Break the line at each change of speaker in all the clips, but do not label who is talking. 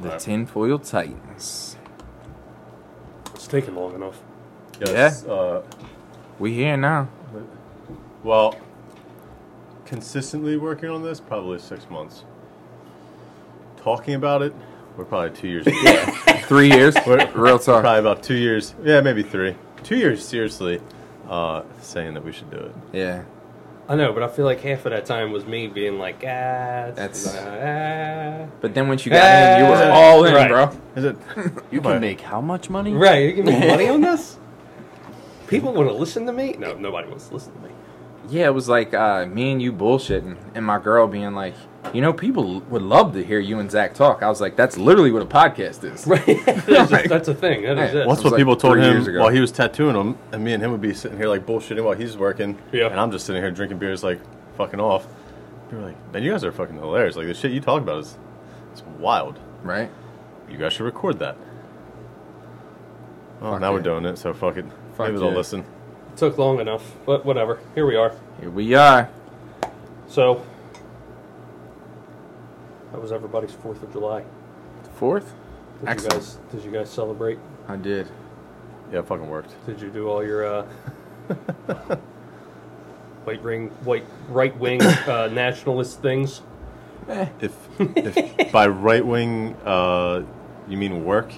The
Right.
Tinfoil Titans.
It's taken long enough.
Yes. Uh,
We here now.
well, consistently working on this probably six months. Talking about it, we're probably two years. Yeah.
Three years.
We're-
Real talk.
probably about two years. Yeah, maybe three. Two years seriously, uh, saying that we should do it.
Yeah.
I know, but I feel like half of that time was me being like, ah,
That's-
that's ah.
But then once you got in, you were
Yeah.
all in,
Right.
bro.
Is it?
You
Come on.
can make how much money?
right. You give me money on this? People want to listen to me? No, nobody wants to listen to me.
Yeah, it was like uh, me and you bullshitting, and my girl being like, you know, people would love to hear you and Zach talk. I was like, that's literally what a podcast is.
Right. that's, just, that's a thing. That is
Hey, what- It
Well, that's
it.
was
what
like
people told
three
him
years ago.
while he was tattooing him, and me and him would be sitting here like bullshitting while he's working,
Yeah.
and I'm just sitting here drinking beers like fucking off. They were like, "Man, you guys are fucking hilarious! Like the shit you talk about is, it's wild.
Right?
You guys should record that." Well,
Fuck
now we're
yeah.
doing it, so fuck it.
Fuck
Maybe they'll
yeah.
listen.
Took long enough, but whatever. Here we are.
Here we are.
So, that was everybody's 4th of July.
Fourth?
Did
Excellent.
you guys did you guys celebrate?
I did.
Yeah, it fucking worked.
Did you do all your uh, white ring white right wing uh, nationalist things?
Eh,
If, if by right wing, uh, you mean work?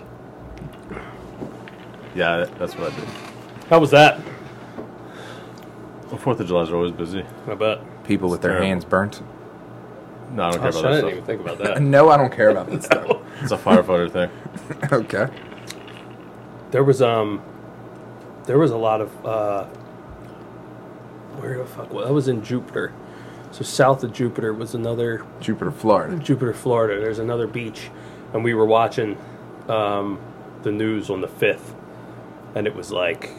Yeah, that- that's what I did.
How was that?
Well, Fourth of July's are always busy.
I bet.
people with their
terrible.
hands burnt. Uh,
No, I don't care
Oh,
about
shit, I
that
didn't
stuff.
even think about that.
No, I don't care about this stuff.
It's a firefighter thing.
okay.
There was um, there was a lot of uh, where the fuck? Well, I was in Jupiter, so south of Jupiter was another
Jupiter, Florida.
Jupiter, Florida. There's another beach, and we were watching um, the news on the fifth, and it was like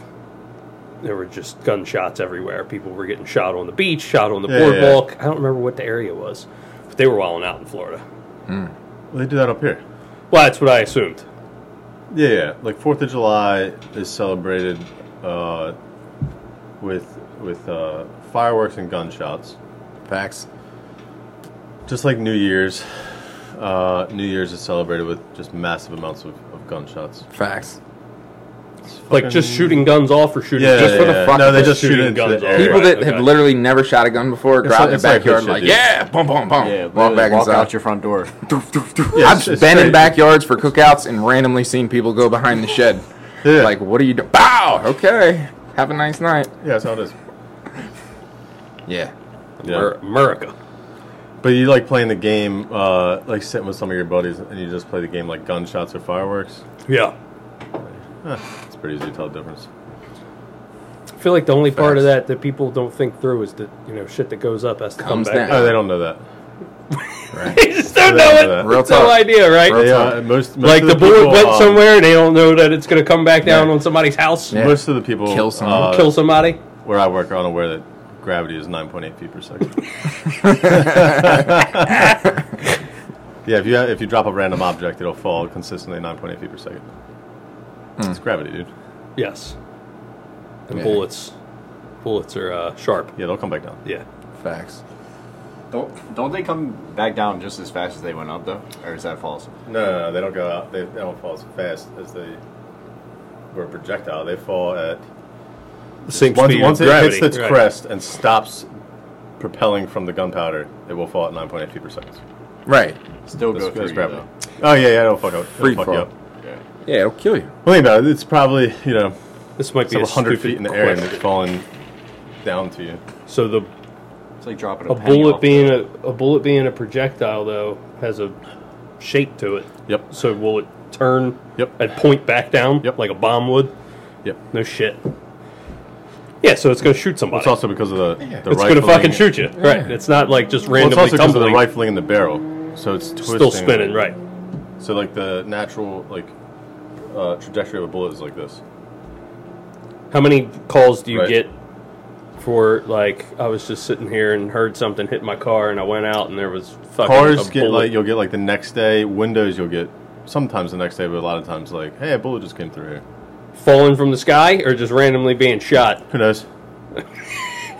there were just gunshots everywhere. People were getting shot on the beach, shot on the
Yeah, yeah, yeah.
boardwalk. I don't remember what the area was, but they were wilding out in Florida.
Well, they do that up here.
Well, that's what I assumed.
Yeah, yeah. Like Fourth of July is celebrated uh, with with uh, fireworks and gunshots,
Facts.
just like New Year's. Uh, New Year's is celebrated with just massive amounts of, of gunshots.
Facts.
Like just shooting guns off or shooting
Yeah,
just
yeah,
for the
yeah.
fuck
no,
of
they
it,
just shoot
shooting
it into
guns
the
all
air.
People
Right,
that
okay.
have literally never shot a gun before go out
like-
in the
it's like
backyard and
good
like,
shit, dude.
yeah, boom, boom, boom.
Yeah,
walk back
walk
inside.
out your front door.
Yeah,
I've
it's- it's
been in
great.
backyards for cookouts and randomly seen people go behind the shed.
Yeah.
Like, what are you doing? Bow! Okay. Have a nice night.
Yeah, that's how it is.
Yeah.
Yeah.
Mer- America.
But you like playing the game, uh, like sitting with some of your buddies, and you just play the game like gunshots or fireworks.
Yeah.
Huh, it's pretty easy to tell the difference.
I feel like the only part of
Facts.
that that people don't think through is that you know shit that goes up has to
Comes
come back.
down.
Oh, they don't know that.
Right.
They just don't
They
know
don't
it.
know that.
Real
It's no
talk.
idea, right?
Real
They,
talk.
uh, most, most
like
of
the, bullet
people,
went
um,
somewhere, they don't know that it's going to come back down
Yeah.
on somebody's house,
Yeah.
Most of the people
Kill someone.
uh,
kill somebody.
where I work are unaware that gravity is 9.8 feet per second. yeah, if you if you drop a random object, it'll fall consistently 9.8 feet per second. It's gravity, dude.
Yes, and
Yeah.
bullets. Bullets are uh, sharp.
Yeah, they'll come back down.
Yeah,
Facts.
Don't, don't they come back down just as fast as they went up though, or is that false?
No, no, no they don't go out. They, they don't fall as fast as they were a projectile. They fall at
the sink
once,
speed
once
of
it
gravity.
hits its
Right.
crest and stops propelling from the gunpowder, it will fall at 9.8 feet per second.
Right.
Still
That's,
go through
that's
you,
gravity.
though.
Oh yeah, yeah, it'll fuck up. It'll
Free
fuck
fall.
you up.
Yeah.
Yeah, it'll kill you.
Well, think about it. It's probably you know
This might be a
several hundred
stupid
feet in the air and
question.
it's falling down to you.
So the
It's like dropping a,
a
penny
bullet
off
being a, a bullet being a projectile though has a shape to it.
Yep.
So will it turn?
Yep.
And point back down.
Yep.
Like a bomb would.
Yep.
No shit. Yeah, so it's going to shoot somebody.
It's also because of the the
it's going to
rifling-
fucking shoot you. Right. It's not like just
Well, it's
randomly
also because of the
tumbling.
rifling in the barrel, so it's twisting.
still spinning, right?
So like the natural like uh, trajectory of a bullet is like this.
How many calls do you
Right.
get for like I was just sitting here and heard something hit my car and I went out and there was fucking
Cars
a
get
bullet.
like you'll get like the next day. Windows you'll get sometimes the next day, but a lot of times like hey, a bullet just came through here.
falling from the sky or just randomly being shot.
Who knows?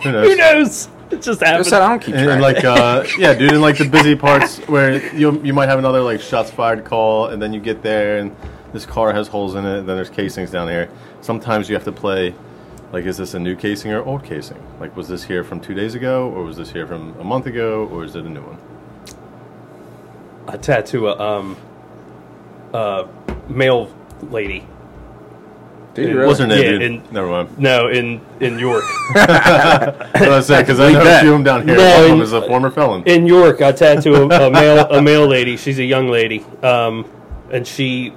Who knows?
Who knows? It just
I
happened.
said I don't keep
And,
track.
and
Like,
like, uh, yeah, dude, and like the busy parts where you you might have another like shots fired call, and then you get there, and this car has holes in it, and then there's casings down here. Sometimes you have to play, like, is this a new casing or old casing? Like, was this here from two days ago, or was this here from a month ago, or is it a new one?
I tattoo a um, uh, male lady.
Dude,
it
really?
What's her name,
Yeah,
dude?
and-
Never mind.
No, in in York.
Because I, know
Leave
a
that.
few of them down here.
No,
One of them
and-
is a former felon.
in York, I tattoo a, a male a male lady. She's a young lady, um, and she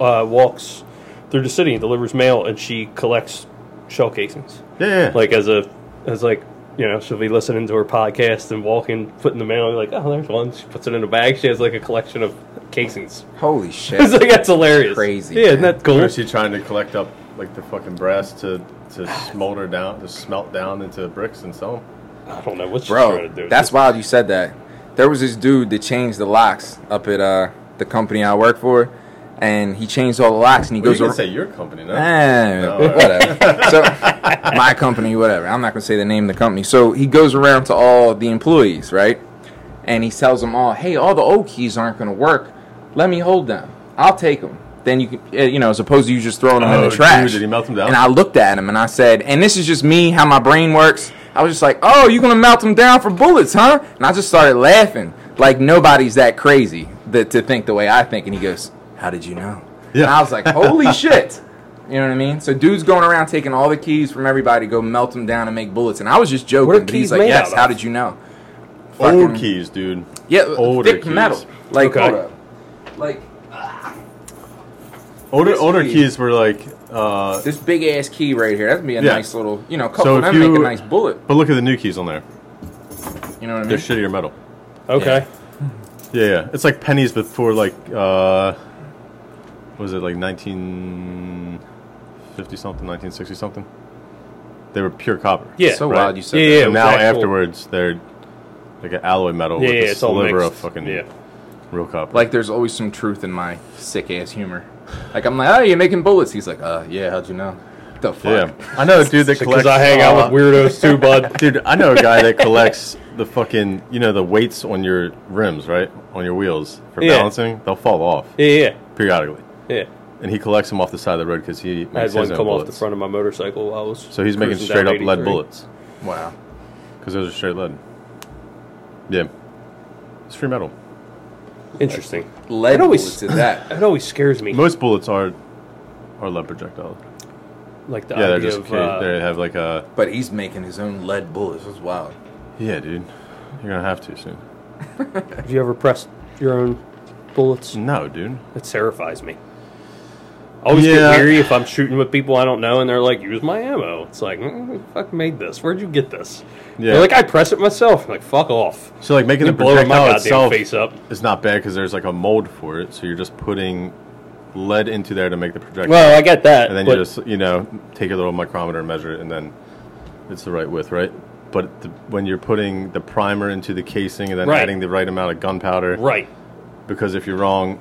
uh, walks through the city and delivers mail, and she collects shell casings,
yeah, yeah.
like as a as like you know she'll be listening to her podcast and walking, putting the mail, like oh there's one. She puts it in a bag. She has like a collection of casings.
Holy
It's
shit.
like that's hilarious.
Crazy,
Yeah, isn't
man.
that cool?
Or is she trying to collect up like the fucking brass to to smolder down, to smelt down into bricks and sell them?
I don't know what she's
Bro,
trying to do.
that's wild you said that. There was this dude that changed the locks up at uh, the company I work for, and he changed all the locks, and he
Well, you
goes
can
over.
say your company now.
Eh,
No,
whatever. so my company, whatever. I'm not gonna say the name of the company. So he goes around to all the employees, right? And he tells them all, "Hey, all the old keys aren't gonna work. Let me hold them. I'll take them." Then you can, eh, you know, as opposed to you just throwing them in
Oh,
the
dude,
trash.
did he melt them down?
And I looked at him and I said, and this is just me, how my brain works. I was just like, "Oh, you're gonna melt them down for bullets, huh?" And I just started laughing, like nobody's that crazy that to think the way I think. And he goes, "How did you know?"
Yeah.
And I was like, "Holy shit!" You know what I mean? So dude's going around taking all the keys from everybody, go melt them down and make bullets. And I was just joking,
What are
but he's
keys
like,
made
"Yes,
out
how
of?"
did you know?"
Old
Fucking-
keys, dude.
Yeah, uh,
Older
thick
keys.
metal. Like,
Okay.
hold up. like
Older
This
older
key.
keys were like, uh,
this big ass key right here. That'd be a
Yeah.
nice little, you know, couple
So
of
if
them make
you-
a nice bullet.
but look at the new keys on there.
You know what I
They're
Mm-hmm.
mean?
shittier metal.
okay.
Yeah, yeah. It's like pennies before like, uh, what was it like 1950 something, 1960 something? They were pure copper.
Yeah.
so
right.
wild you said
Yeah,
that.
And now
Exactly.
afterwards, they're like an alloy metal
Yeah,
with
yeah,
a
it's all
sliver
mixed.
of fucking
Yeah.
real copper.
Like, there's always some truth in my sick ass humor. Like, I'm like, oh, you're making bullets. He's like, uh, yeah, how'd you know? The fuck?
yeah, I know a dude that
Because
collects.
I hang
uh,
out with weirdos too, bud.
Dude, I know a guy that collects the fucking, you know, the weights on your rims, right? On your wheels for
Yeah.
balancing. They'll fall off
Yeah, yeah,
periodically.
yeah.
And he collects them off the side of the road because he
I had
makes
one
his
come
own
off the
bullets.
front of my motorcycle while I was.
So he's making
cruising down
straight up lead
83.
bullets
Wow.
because those are straight lead. Yeah. It's free metal.
Interesting.
Lead
It always-
bullets is that.
It always scares me.
Most bullets are are lead projectiles.
like the
Yeah, they're
idea
just,
of
ca-
uh,
they have like a,
But he's making his own lead bullets. That's wild.
yeah, dude, you're going to have to soon.
Have you ever pressed your own bullets?
No, dude.
That terrifies me. I always
Yeah.
get weary if I'm shooting with people I don't know and they're like, use my ammo. It's like, mm, who the fuck made this? Where'd you get this?
Yeah.
They're like, I press it myself. I'm like, fuck off.
So like making the
You're blowing my
projectile
goddamn
itself
face up.
is not bad because there's like a mold for it. So you're just putting lead into there to make the projectile,
Well, I get that.
and then
but
you just you know take your little micrometer and measure it, and then it's the right width, right? But the, when you're putting the primer into the casing and then
Right.
adding the right amount of gunpowder,
Right,
because if you're wrong,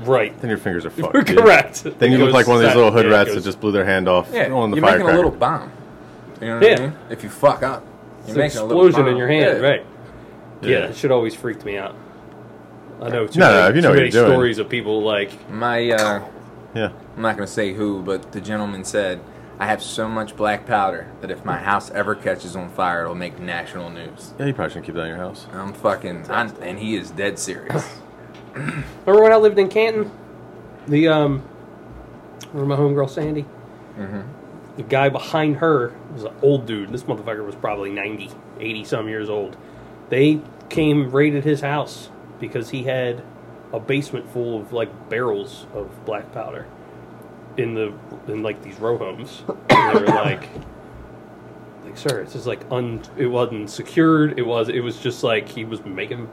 right.
then your fingers are fucked.
You're
dude.
correct.
Then you
It
look like
goes
one of these
that-
little hood
yeah, it
rats that
goes-
just blew their hand off
Yeah,
on the
you're making a
firecracker.
little bomb. You know what
Yeah.
I mean? If you fuck up, you're
It's an
making a little
explosion in
bomb.
your hand,
Yeah.
right? Yeah,
Yeah.
that shit always freaked me out. I know too
No, no,
many,
if you know
too
what
many
you're doing.
stories of people like
My, uh,
yeah,
I'm not going to say who, but the gentleman said, I have so much black powder that if my house ever catches on fire, it'll make national news.
yeah. You probably shouldn't keep that in your house.
I'm fucking, I'm, and he is dead serious.
Remember when I lived in Canton? The um, remember my homegirl Sandy? Mm-hmm. The guy behind her was an old dude. This motherfucker was probably 90, 80 some years old. They came raided his house because he had a basement full of like barrels of black powder in the in like these row homes. And they were like, like sir, this is like un. It wasn't secured. It was. It was just like he was making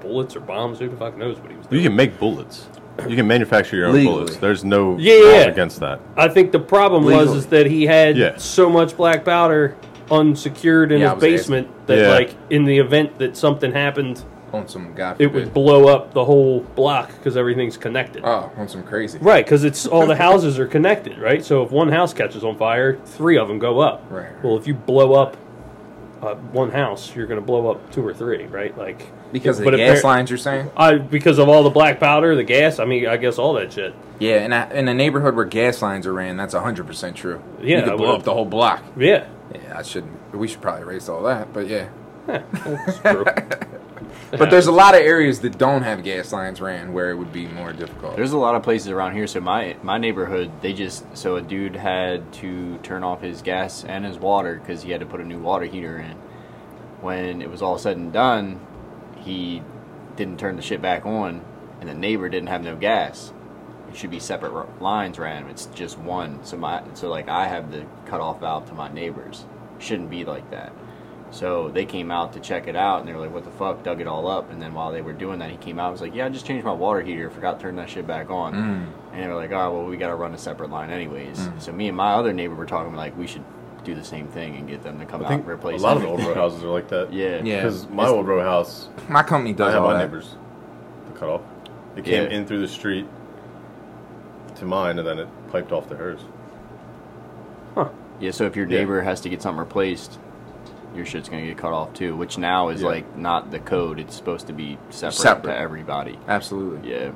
bullets or bombs. Who the fuck knows what he was doing?
You can make bullets. You can manufacture your own
Legally.
bullets. There's no
Yeah,
laws
yeah.
against that.
I think the problem was
Legally.
is that he had
Yeah.
so much black powder unsecured in
Yeah, I was
his
asking.
basement that
Yeah.
like in the event that something happened,
on some guy.
it would
forbid.
blow up the whole block because everything's connected.
Oh, on some crazy.
Right, because it's all the houses are connected, right? So if one house catches on fire, three of them go up.
Right.
Well, if you blow up uh, one house, you're going to blow up two or three, right? Like
Because of
but
the
if
gas
they're-
lines, you're saying?
I because of all the black powder, the gas. I mean, I guess all that shit.
Yeah, and I, in a neighborhood where gas lines are ran, that's 100% true.
Yeah,
You
I
could blow
would-
up the whole block.
Yeah,
Yeah, I shouldn't. We should probably erase all that, but yeah.
that's true.
But there's a lot of areas that don't have gas lines ran where it would be more difficult.
There's a lot of places around here. So my my neighborhood, they just so a dude had to turn off his gas and his water because he had to put a new water heater in. When it was all said and done, he didn't turn the shit back on, and the neighbor didn't have no gas. It should be separate r- lines ran. It's just one. So my so like I have the cutoff valve to my neighbors. Shouldn't be like that. So they came out to check it out, and they were like, "What the fuck?" Dug it all up, and then while they were doing that, he came out. and was like, "Yeah, I just changed my water heater. Forgot to turn that shit back on."
Mm.
And they were like, "Oh, well, we got to run a separate line, anyways." So me and my other neighbor were talking like, "We should do the same thing and get them to come
I
out
think
and
a
replace."
lot of the old
everything."
row houses are like that.
yeah,
Yeah.
Because my old row house,
My company
I
does
have
all
my
that.
neighbors. The cutoff. It came
Yeah.
in through the street to mine, and then it piped off to hers.
yeah. So if your
Yeah.
neighbor has to get something replaced, your shit's gonna get cut off too, which now is
Yeah.
like not the code. It's supposed to be separate,
Separate.
to everybody.
Absolutely.
Yeah,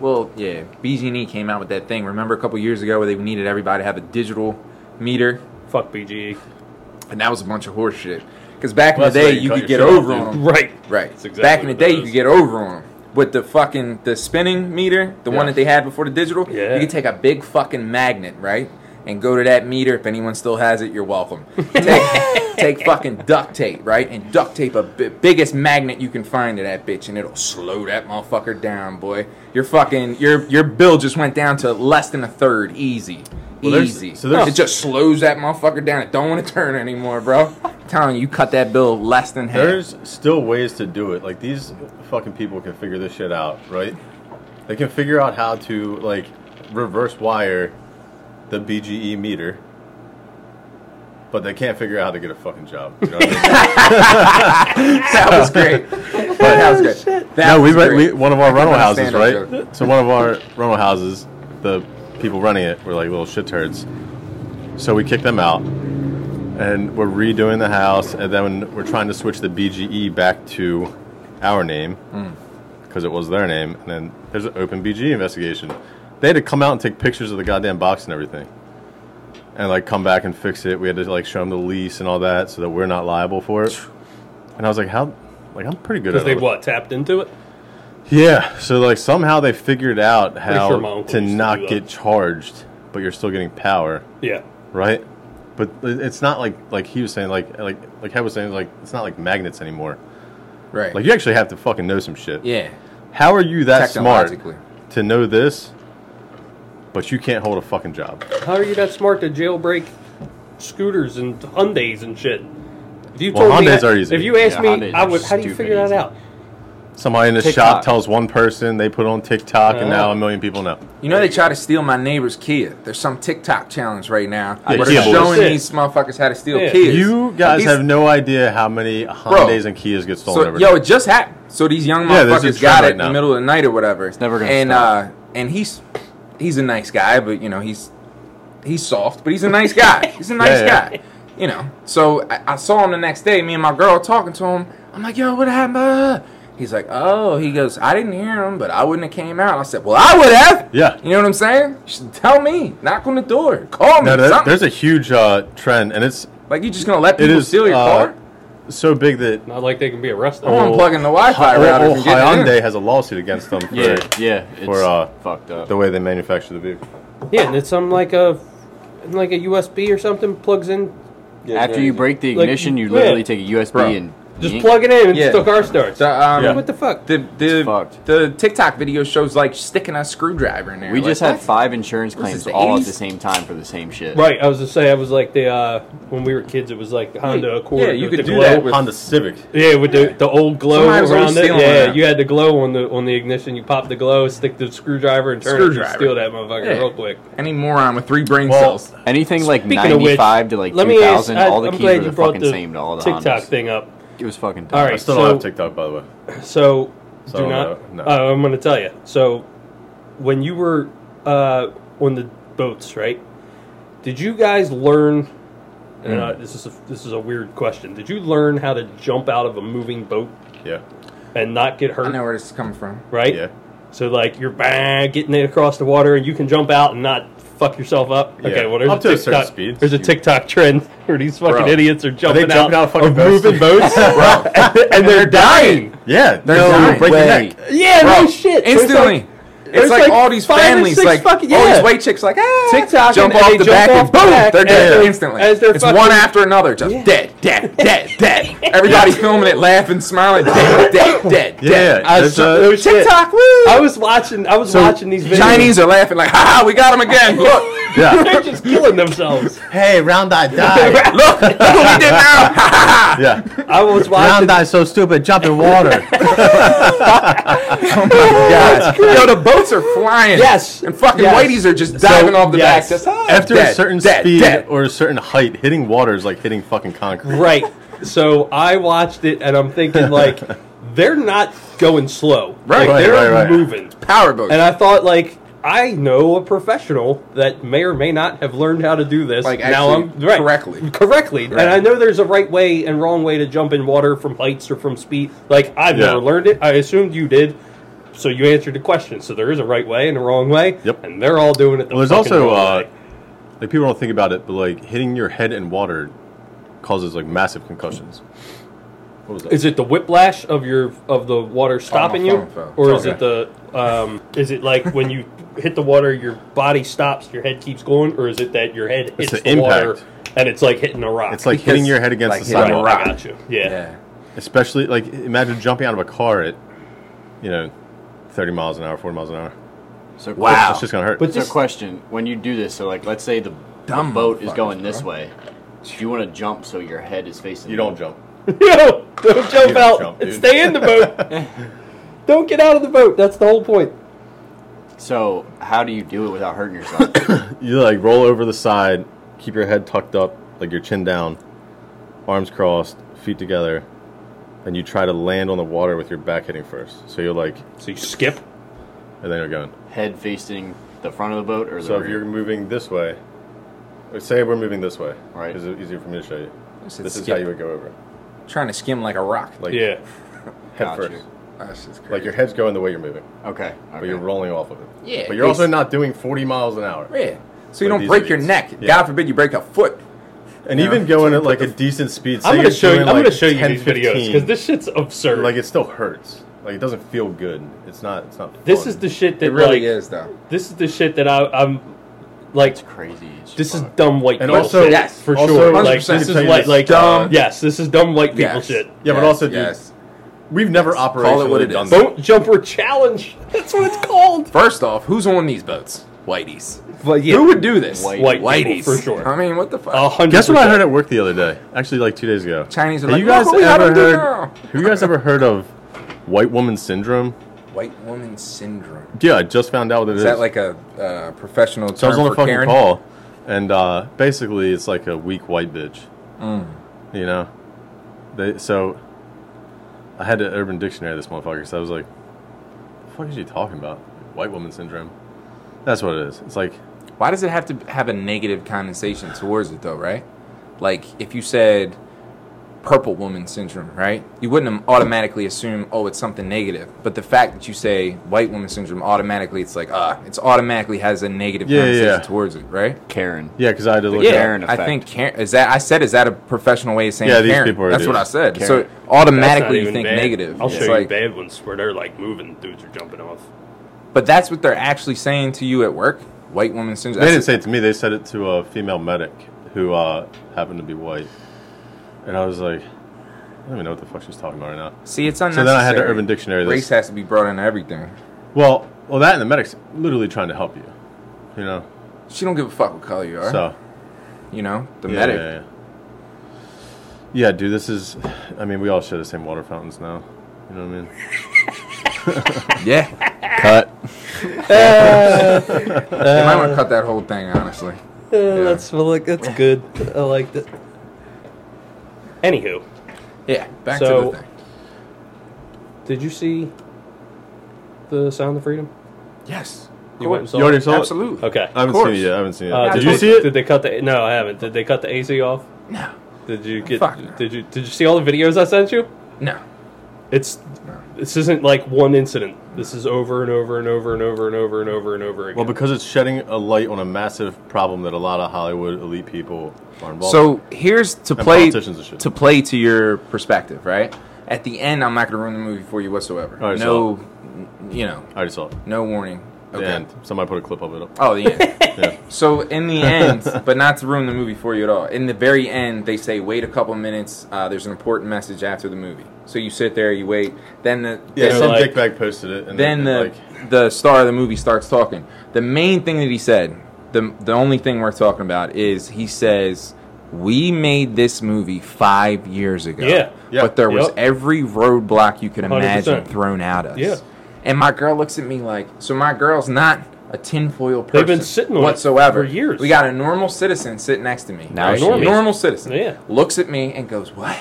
Well, yeah. BG&E E came out with that thing. Remember a couple years ago where they needed everybody to have a digital meter,
Fuck E. BGE.
and that was a bunch of horse shit. Because back
Well,
in the
that's
day,
where you
you
cut
could
your
get
shit off,
over
dude.
on 'em.
Right.
Right.
That's exactly
Back in the
what
day,
it
you
is.
could get over on them with the fucking the spinning meter, the one
Yeah.
that they had before the digital.
Yeah.
You could take a big fucking magnet, right, and go to that meter. If anyone still has it, you're welcome. Take, take fucking duct tape, right, and duct tape a bi- biggest magnet you can find to that bitch, and it'll slow that motherfucker down, boy. Your fucking your your bill just went down to less than a third, easy.
Well, there's-
Easy.
so there's-
it just slows that motherfucker down. It don't want to turn anymore, bro. I'm telling you, you cut that bill less than half.
There's still ways to do it. Like these fucking people can figure this shit out, right? They can figure out how to like reverse wire the BGE meter, but they can't figure out how to get a fucking job. You know what I mean?
that was great. that was great. That
no, we,
was
re-
great.
we one of our rental houses,
understand that
right? So one of our rental houses, the people running it were like little shit turds. So we kicked them out, and we're redoing the house, and then we're trying to switch the BGE back to our name
Hmm.
because it was their name. And then there's an open BGE investigation. They had to come out and take pictures of the goddamn box and everything, and like come back and fix it. We had to like show them the lease and all that so that we're not liable for it. And I was like, how? Like I'm pretty good at
Because they
all-
what tapped into it?
yeah, so like somehow they figured out how
sure my uncle
to
used to
not
do that.
get charged, but you're still getting power,
Yeah.
right? But it- it's not like like he was saying, like like like I was saying, like it's not like magnets anymore.
right.
Like you actually have to fucking know some shit.
yeah.
How are you that smart
Technologically.
to know this, but you can't hold a fucking job?
How are you that smart to jailbreak scooters and Hyundai's and shit? If you
Well,
told me
Hyundais
that-
are easy.
If you asked
Yeah,
me,
Hyundais
I
are
would. How do you
stupid
figure that
easy.
out?
Somebody in the
TikTok.
shop tells one person, they put it on TikTok, and now
Oh.
a million people know.
You know they try to steal my neighbor's Kia. There's some TikTok challenge right now
Yeah,
where
Kia
they're
boys.
showing
Shit.
these motherfuckers how to steal
Yeah.
Kias.
You guys
These-
have no idea how many Hyundais and Kias get stolen
so,
every
Yo,
day.
it just happened. So these young
Yeah, there's a
motherfuckers
trend
got it
right
in
now.
the middle of the night or whatever. It's
never gonna
And
stop.
uh, and he's he's a nice guy, but you know he's he's soft, but he's a nice guy. He's a nice
Yeah, yeah.
guy. You know. So I, I saw him the next day. Me and my girl talking to him. I'm like, yo, what happened? Uh, He's like, oh, he goes, I didn't hear him, but I wouldn't have came out. I said, well, I would have.
Yeah.
You know what I'm saying? You should tell me. Knock on the door. Call me.
No, there-
something.
there's a huge uh, trend, and it's
like, you just going to let
It
people
is
steal your
uh,
car?
so big that
Not like they can be arrested.
I'm unplugging the Wi-Fi
oh,
router
oh,
from getting in.
Hyundai has a lawsuit against them for
yeah, yeah. It's
for, uh,
fucked up.
the way they manufacture the vehicle.
Yeah, and it's some like a like a USB or something plugs in.
After you break the
Like,
ignition, you
yeah.
literally take a USB
Bro,
and
Just
yank-
plug it in and
Yeah.
the car starts.
The, um,
Yeah.
What the fuck?
The the,
fucked.
the TikTok video shows like sticking a screwdriver in there.
We
Like,
just had
what?
five insurance
What is
claims
this, the
all at
80s?
the same time for the same shit.
Right, I was to say I was like the uh, when we were kids, it was like the Honda Accord.
yeah, you
with
could
the
do
glow.
that with-
Honda Civic.
Yeah, with the, the old glow
Somebody was always
around it.
stealing
Yeah,
that.
you had the glow on the on the ignition. You pop the glow, stick the screwdriver, and turn it.
Screwdriver.
You steal that motherfucker
Yeah.
real quick.
any moron with three brain
Well,
cells.
Anything like
Speaking of which,
95 to like
Let me ask.
2000,
I,
all the
I'm
keys were
glad you
the
brought
fucking
the
same to all the
TikTok
Hondas.
thing up.
It was fucking dumb.
All
I
right,
still
so
don't have TikTok, by the way.
So,
So,
do not.
no, no.
Uh, I'm going to tell you. So, when you were uh, on the boats, right? Did you guys learn And uh, this is a, this is a weird question. Did you learn how to jump out of a moving boat
Yeah.
and not get
I know
hurt?
where this is coming from.
Right.
Yeah.
So like you're bang, getting it across the water, and you can jump out and not fuck yourself up.
Yeah.
Okay, well there's
Up to a
a
certain
TikTok.
speed.
There's a TikTok trend where these fucking
Bro.
idiots are jumping,
jumping out of fucking boats?
moving boats, and, and they're dying.
Yeah. They're
dying.
break your
Way.
neck.
Yeah,
Bro,
no shit. So it's
Instantly.
like-
it's
there's
like,
like
all these
five or
families,
six
like
fucking-
all
yeah.
these white chicks, like ah,
TikTok
jump
and
off
they
the
jump
back and
off
boom,
the back
they're dead
as-
instantly.
as they're
it's
fucking-
one after another, just
Yeah.
dead, dead, dead, dead. Everybody filming it, laughing, smiling, dead, dead, dead,
Yeah.
dead.
I
there's,
ju-
uh,
there was shit.
TikTok, woo!
I was watching. I was watching these videos.
Chinese are laughing like, ha ha, we got him again. Look,
yeah.
They're just killing themselves.
Hey, round eye die.
look, look what we did now. Ha, ha, ha.
yeah.
I was watching.
eye so stupid. Jump in water.
Guys, yo, the boats are flying.
Yes.
and fucking
Yes.
whiteys are just diving off the
yes.
back. Just, ah,
After a
dead,
certain
dead,
speed
dead.
or a certain height, hitting water is like hitting fucking concrete.
Right. So I watched it, and I'm thinking like, they're not going slow.
Right,
Like, they're
right, right.
moving.
power boat.
And I thought like. I know a professional that may or may not have learned how to do this.
Like,
now
actually,
I'm right,
correctly.
correctly,
Right.
and I know there's a right way and wrong way to jump in water from heights or from speed. Like I've
Yeah.
never learned it. I assumed you did, so you answered the question. So there is a right way and a wrong way.
Yep.
And they're all doing it. The
Well, there's
fucking
also
wrong
uh,
way.
like people don't think about it, but like hitting your head in water causes like massive concussions. What was that?
Is it the whiplash of your of the
Oh,
water stopping you,
phone fell.
or
It's
is it the um, is it like when you hit the water, your body stops, your head keeps going, or is it that your head
It's
hits
the
the, water
impact.
and it's like hitting a rock?
It's like
Because-
hitting your head against
like
the
hitting
right,
a
sidewalk.
rock.
I got you. Yeah.
yeah.
Especially like imagine jumping out of a car at you know 30 miles an hour, 40 miles an hour.
So
Wow.
It's just gonna hurt.
But
So
this
question: When you do this, so like, let's say the, the
Dumb
boat is
motherfuckers,
going this
bro.
way. Do you want to jump so your head is facing?
you
the
don't
boat?
jump.
Yo, don't jump
don't
out
jump,
and
dude.
stay in the boat. don't get out of the boat. That's the whole point.
So how do you do it without hurting yourself?
You like roll over the side, keep your head tucked up, like your chin down, arms crossed, feet together, and you try to land on the water with your back hitting first. So you're like,
So you skip.
and then you're going.
head facing the front of the boat or the
So if
rear?
you're moving this way, or say we're moving this way,
Right.
Because it's easier for me to show you.
This
This,
is
is
skip.
how you would go over,
Trying to skim like a rock.
like
yeah.
head
Got
first,
you.
That's just crazy.
like your head's going the way you're moving,
okay,
but
okay.
you're rolling off of it.
Yeah,
but you're
it's-
also not doing 40 miles an hour.
Yeah. So you
Like
don't
these
break your
idiots.
neck.
Yeah.
God forbid you break a foot.
And
Yeah.
even going at like a decent speed, say
I'm gonna
you're
show you.
doing,
I'm gonna
like,
show you
10,
these videos
15,
because this shit's absurd.
like it still hurts. Like it doesn't feel good. It's not. It's not.
this
fun.
is the shit that
It really
like,
is, though.
This is the shit that I, I'm like.
it's crazy. as
This is
fuck.
dumb white
And
people
also-
shit
Yes.
for
also,
sure. Like
100%
this is
tell you
like
this,
like
uh,
yes, this is dumb white people
Yes.
shit.
Yeah, but
Yes,
also, dude,
yes.
We've never
Call it what
operationally
it
done
is.
that.
Boat jumper challenge. That's what it's called.
First off, who's on these boats? Whiteys.
But yeah,
Who would do this?
White-
white
Whiteys.
people for sure.
I mean, what the fuck?
A hundred.
Guess what I
percent.
heard at work the other day? Actually, like two days ago.
Chinese are
Have
like,
you guys
"Look what we had
ever
them do
heard?
now."
Have you guys ever heard of white woman syndrome?
White woman syndrome.
Yeah, I just found out what it is.
Is that like a uh, professional term
so I was on
for
the fucking
Karen?
call, and uh, basically it's like a weak white bitch.
Mm.
You know, they so I had an Urban Dictionary of this motherfucker, so I was like, "The fuck is she talking about? White woman syndrome? That's what it is. It's like
Why does it have to have a negative condensation towards it, though, right? Like, if you said purple woman syndrome, right? You wouldn't automatically assume, oh, it's something negative. But the fact that you say white woman syndrome, automatically, it's like, ah, it's automatically has a negative
Yeah, yeah,
connotation
yeah.
towards it, right?
Karen.
yeah, because I had to look.
Yeah.
it up.
Karen
I
effect.
think Karen is that. I said, is that a professional way of saying?
Yeah, these
Karen?
people are
That's what I
idiots.
said.
Karen.
So
That's not
automatically you
even
think
bad.
negative.
I'll
It's
show you
like-
bad ones where they're like moving, dudes are jumping off.
But that's what they're actually saying to you at work. White woman syndrome.
They didn't
That's
say it to me. They said it to a female medic who uh, happened to be white, and I was like, I don't even know what the fuck she's talking about right now.
it. See, it's
So
unnecessary.
then I had to Urban Dictionary this.
Race has to be brought into everything.
Well, well, that and the medic's literally trying to help you, you know.
She don't give a fuck what color you are.
So
you know the
yeah,
medic.
yeah, yeah. Yeah, dude, this is. I mean, we all share the same water fountains now. You know what I mean?
Yeah,
Cut.
you might want to cut that whole thing. Honestly, that's-
that's good. I like that. Anywho,
yeah. Back
So-
to the thing.
did you see the Sound of Freedom?
Yes.
You went and saw
You already
it?
saw it?
Absolutely.
Okay.
I haven't
Of
seen it
course.
yet. I haven't seen it.
Uh,
Uh, Did
they-
you see it?
Did they cut the? No, I haven't. Did they cut the AC off?
No,
Did you get?
Fuck no.
Did you did you see all the videos I sent you?
no.
It's this isn't like one incident. This is over and over and over and over and over and over and over again.
Well, because it's shedding a light on a massive problem that a lot of Hollywood elite people are involved.
So here's to play
politicians and shit.
to play to your perspective, right? At the end, I'm not going to ruin the movie for you whatsoever.
All right,
no, you know,
in. I already saw it.
no warning. Okay.
And somebody put a clip of it up.
Oh, the end.
Yeah.
so in the end, but not to ruin the movie for you at all. In the very end, they say wait a couple minutes. Uh, there's an important message after the movie. So you sit there, you wait. Then the
Yeah,
then
some
like-
dickbag posted it, and
then the
like,
the star of the movie starts talking. The main thing that he said, the the only thing worth talking about is he says, "We made this movie five years ago,
Yeah.
Yeah.
but there was
Yep.
every roadblock you could imagine
100%.
thrown at us."
Yeah.
And my girl looks at me like, so my girl's not a tinfoil person.
been sitting on it
whatsoever
for years.
We got a normal citizen sitting next to me.
Now
a
she
normal,
is.
normal citizen.
Yeah.
Looks at me and goes, "What?"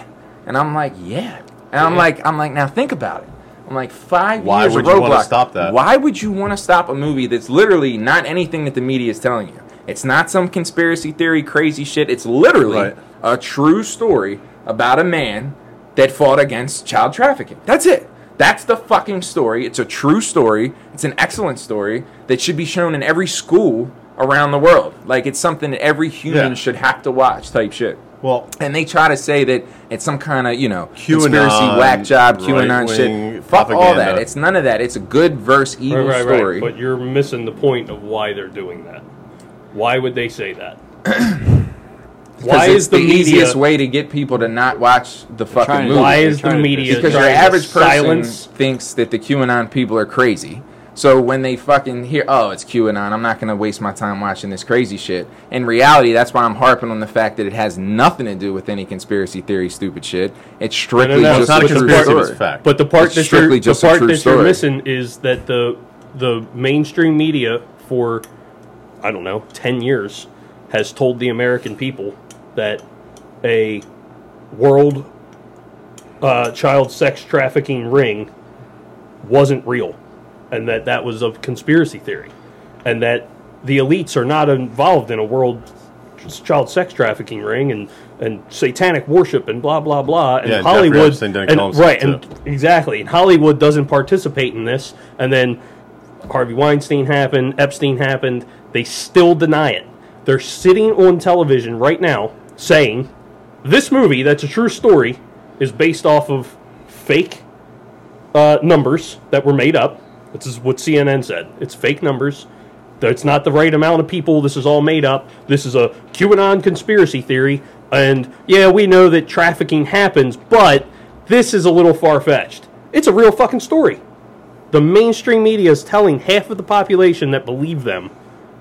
And I'm like, "Yeah." And I'm
Yeah.
like, I'm like, now think about it. I'm like, five
Why
years
would
of
you wanna
Roblox.
stop that?
Why would you want to stop a movie that's literally not anything that the media is telling you? It's not some conspiracy theory, crazy shit. It's literally
Right.
a true story about a man that fought against child trafficking. That's it. That's the fucking story. It's a true story. It's an excellent story that should be shown in every school around the world. Like it's something that every human
Yeah.
should have to watch type shit.
well,
And they try to say that it's some kind of you know conspiracy
QAnon,
whack job, QAnon
right-wing
shit. Fuck all that.
propaganda.
It's none of that. It's a good verse evil
right, right,
story.
right. But you're missing the point of why they're doing that. Why would they say that?
'Cause
why
it's
is the, media,
easiest way to get people to not watch the
trying
fucking
to-
movie?
Why
They're
is the
trying to-
media
because your
trying to
average person
silence?
thinks that the QAnon people are crazy. So when they fucking hear, oh, it's QAnon, I'm not gonna waste my time watching this crazy shit. In reality, that's why I'm harping on the fact that it has nothing to do with any conspiracy theory, stupid shit. It's strictly just
no,
it's not a
true
conspiracy,
story.
it's a fact.
But the part
It's
that you're,
strictly
the
just a
part
true
that
story.
you're missing is that the the mainstream media for I don't know ten years has told the American people that a world uh, child sex trafficking ring wasn't real, and that that was a conspiracy theory, and that the elites are not involved in a world child sex trafficking ring and, and satanic worship and blah blah blah and
Yeah, Jeffrey
Hollywood
Epstein didn't
and,
call himself
right and
too.
exactly and Hollywood doesn't participate in this and then Harvey Weinstein happened Epstein happened they still deny it they're sitting on television right now saying this movie that's a true story is based off of fake uh, numbers that were made up. This is what CNN said. It's fake numbers. It's not the right amount of people. This is all made up. This is a QAnon conspiracy theory. And yeah, we know that trafficking happens, but this is a little far fetched. It's a real fucking story. The mainstream media is telling half of the population that believe them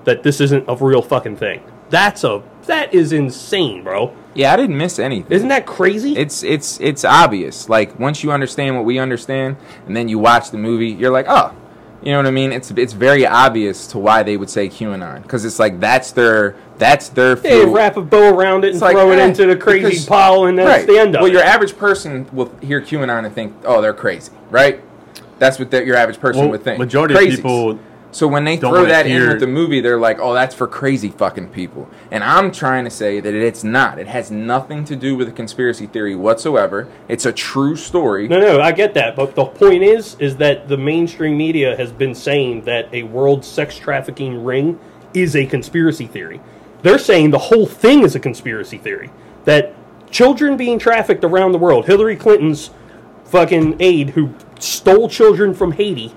that this isn't a real fucking thing. That's a that is insane, bro.
Yeah, I didn't miss anything.
Isn't that crazy?
it's it's it's obvious. Like once you understand what we understand, and then you watch the movie, you're like, oh, you know what I mean. It's it's very obvious to why they would say QAnon because it's like that's their that's their
They
fuel.
wrap a bow around it and
It's like,
throw it
eh,
into the crazy
because-
pile, and that's
right.
the end of
Well,
it.
your average person will hear QAnon and think, oh, they're crazy, right? That's what that your average person
Well,
would think.
majority of
Crazies.
people
So when they
don't
throw
wanna
that in
hear-
with the movie, they're like, "Oh, that's for crazy fucking people." And I'm trying to say that it's not. It has nothing to do with a conspiracy theory whatsoever. It's a true story.
No, no, I get that, but the point is, is that the mainstream media has been saying that a world sex trafficking ring is a conspiracy theory. They're saying the whole thing is a conspiracy theory. That children being trafficked around the world, Hillary Clinton's fucking aide who stole children from Haiti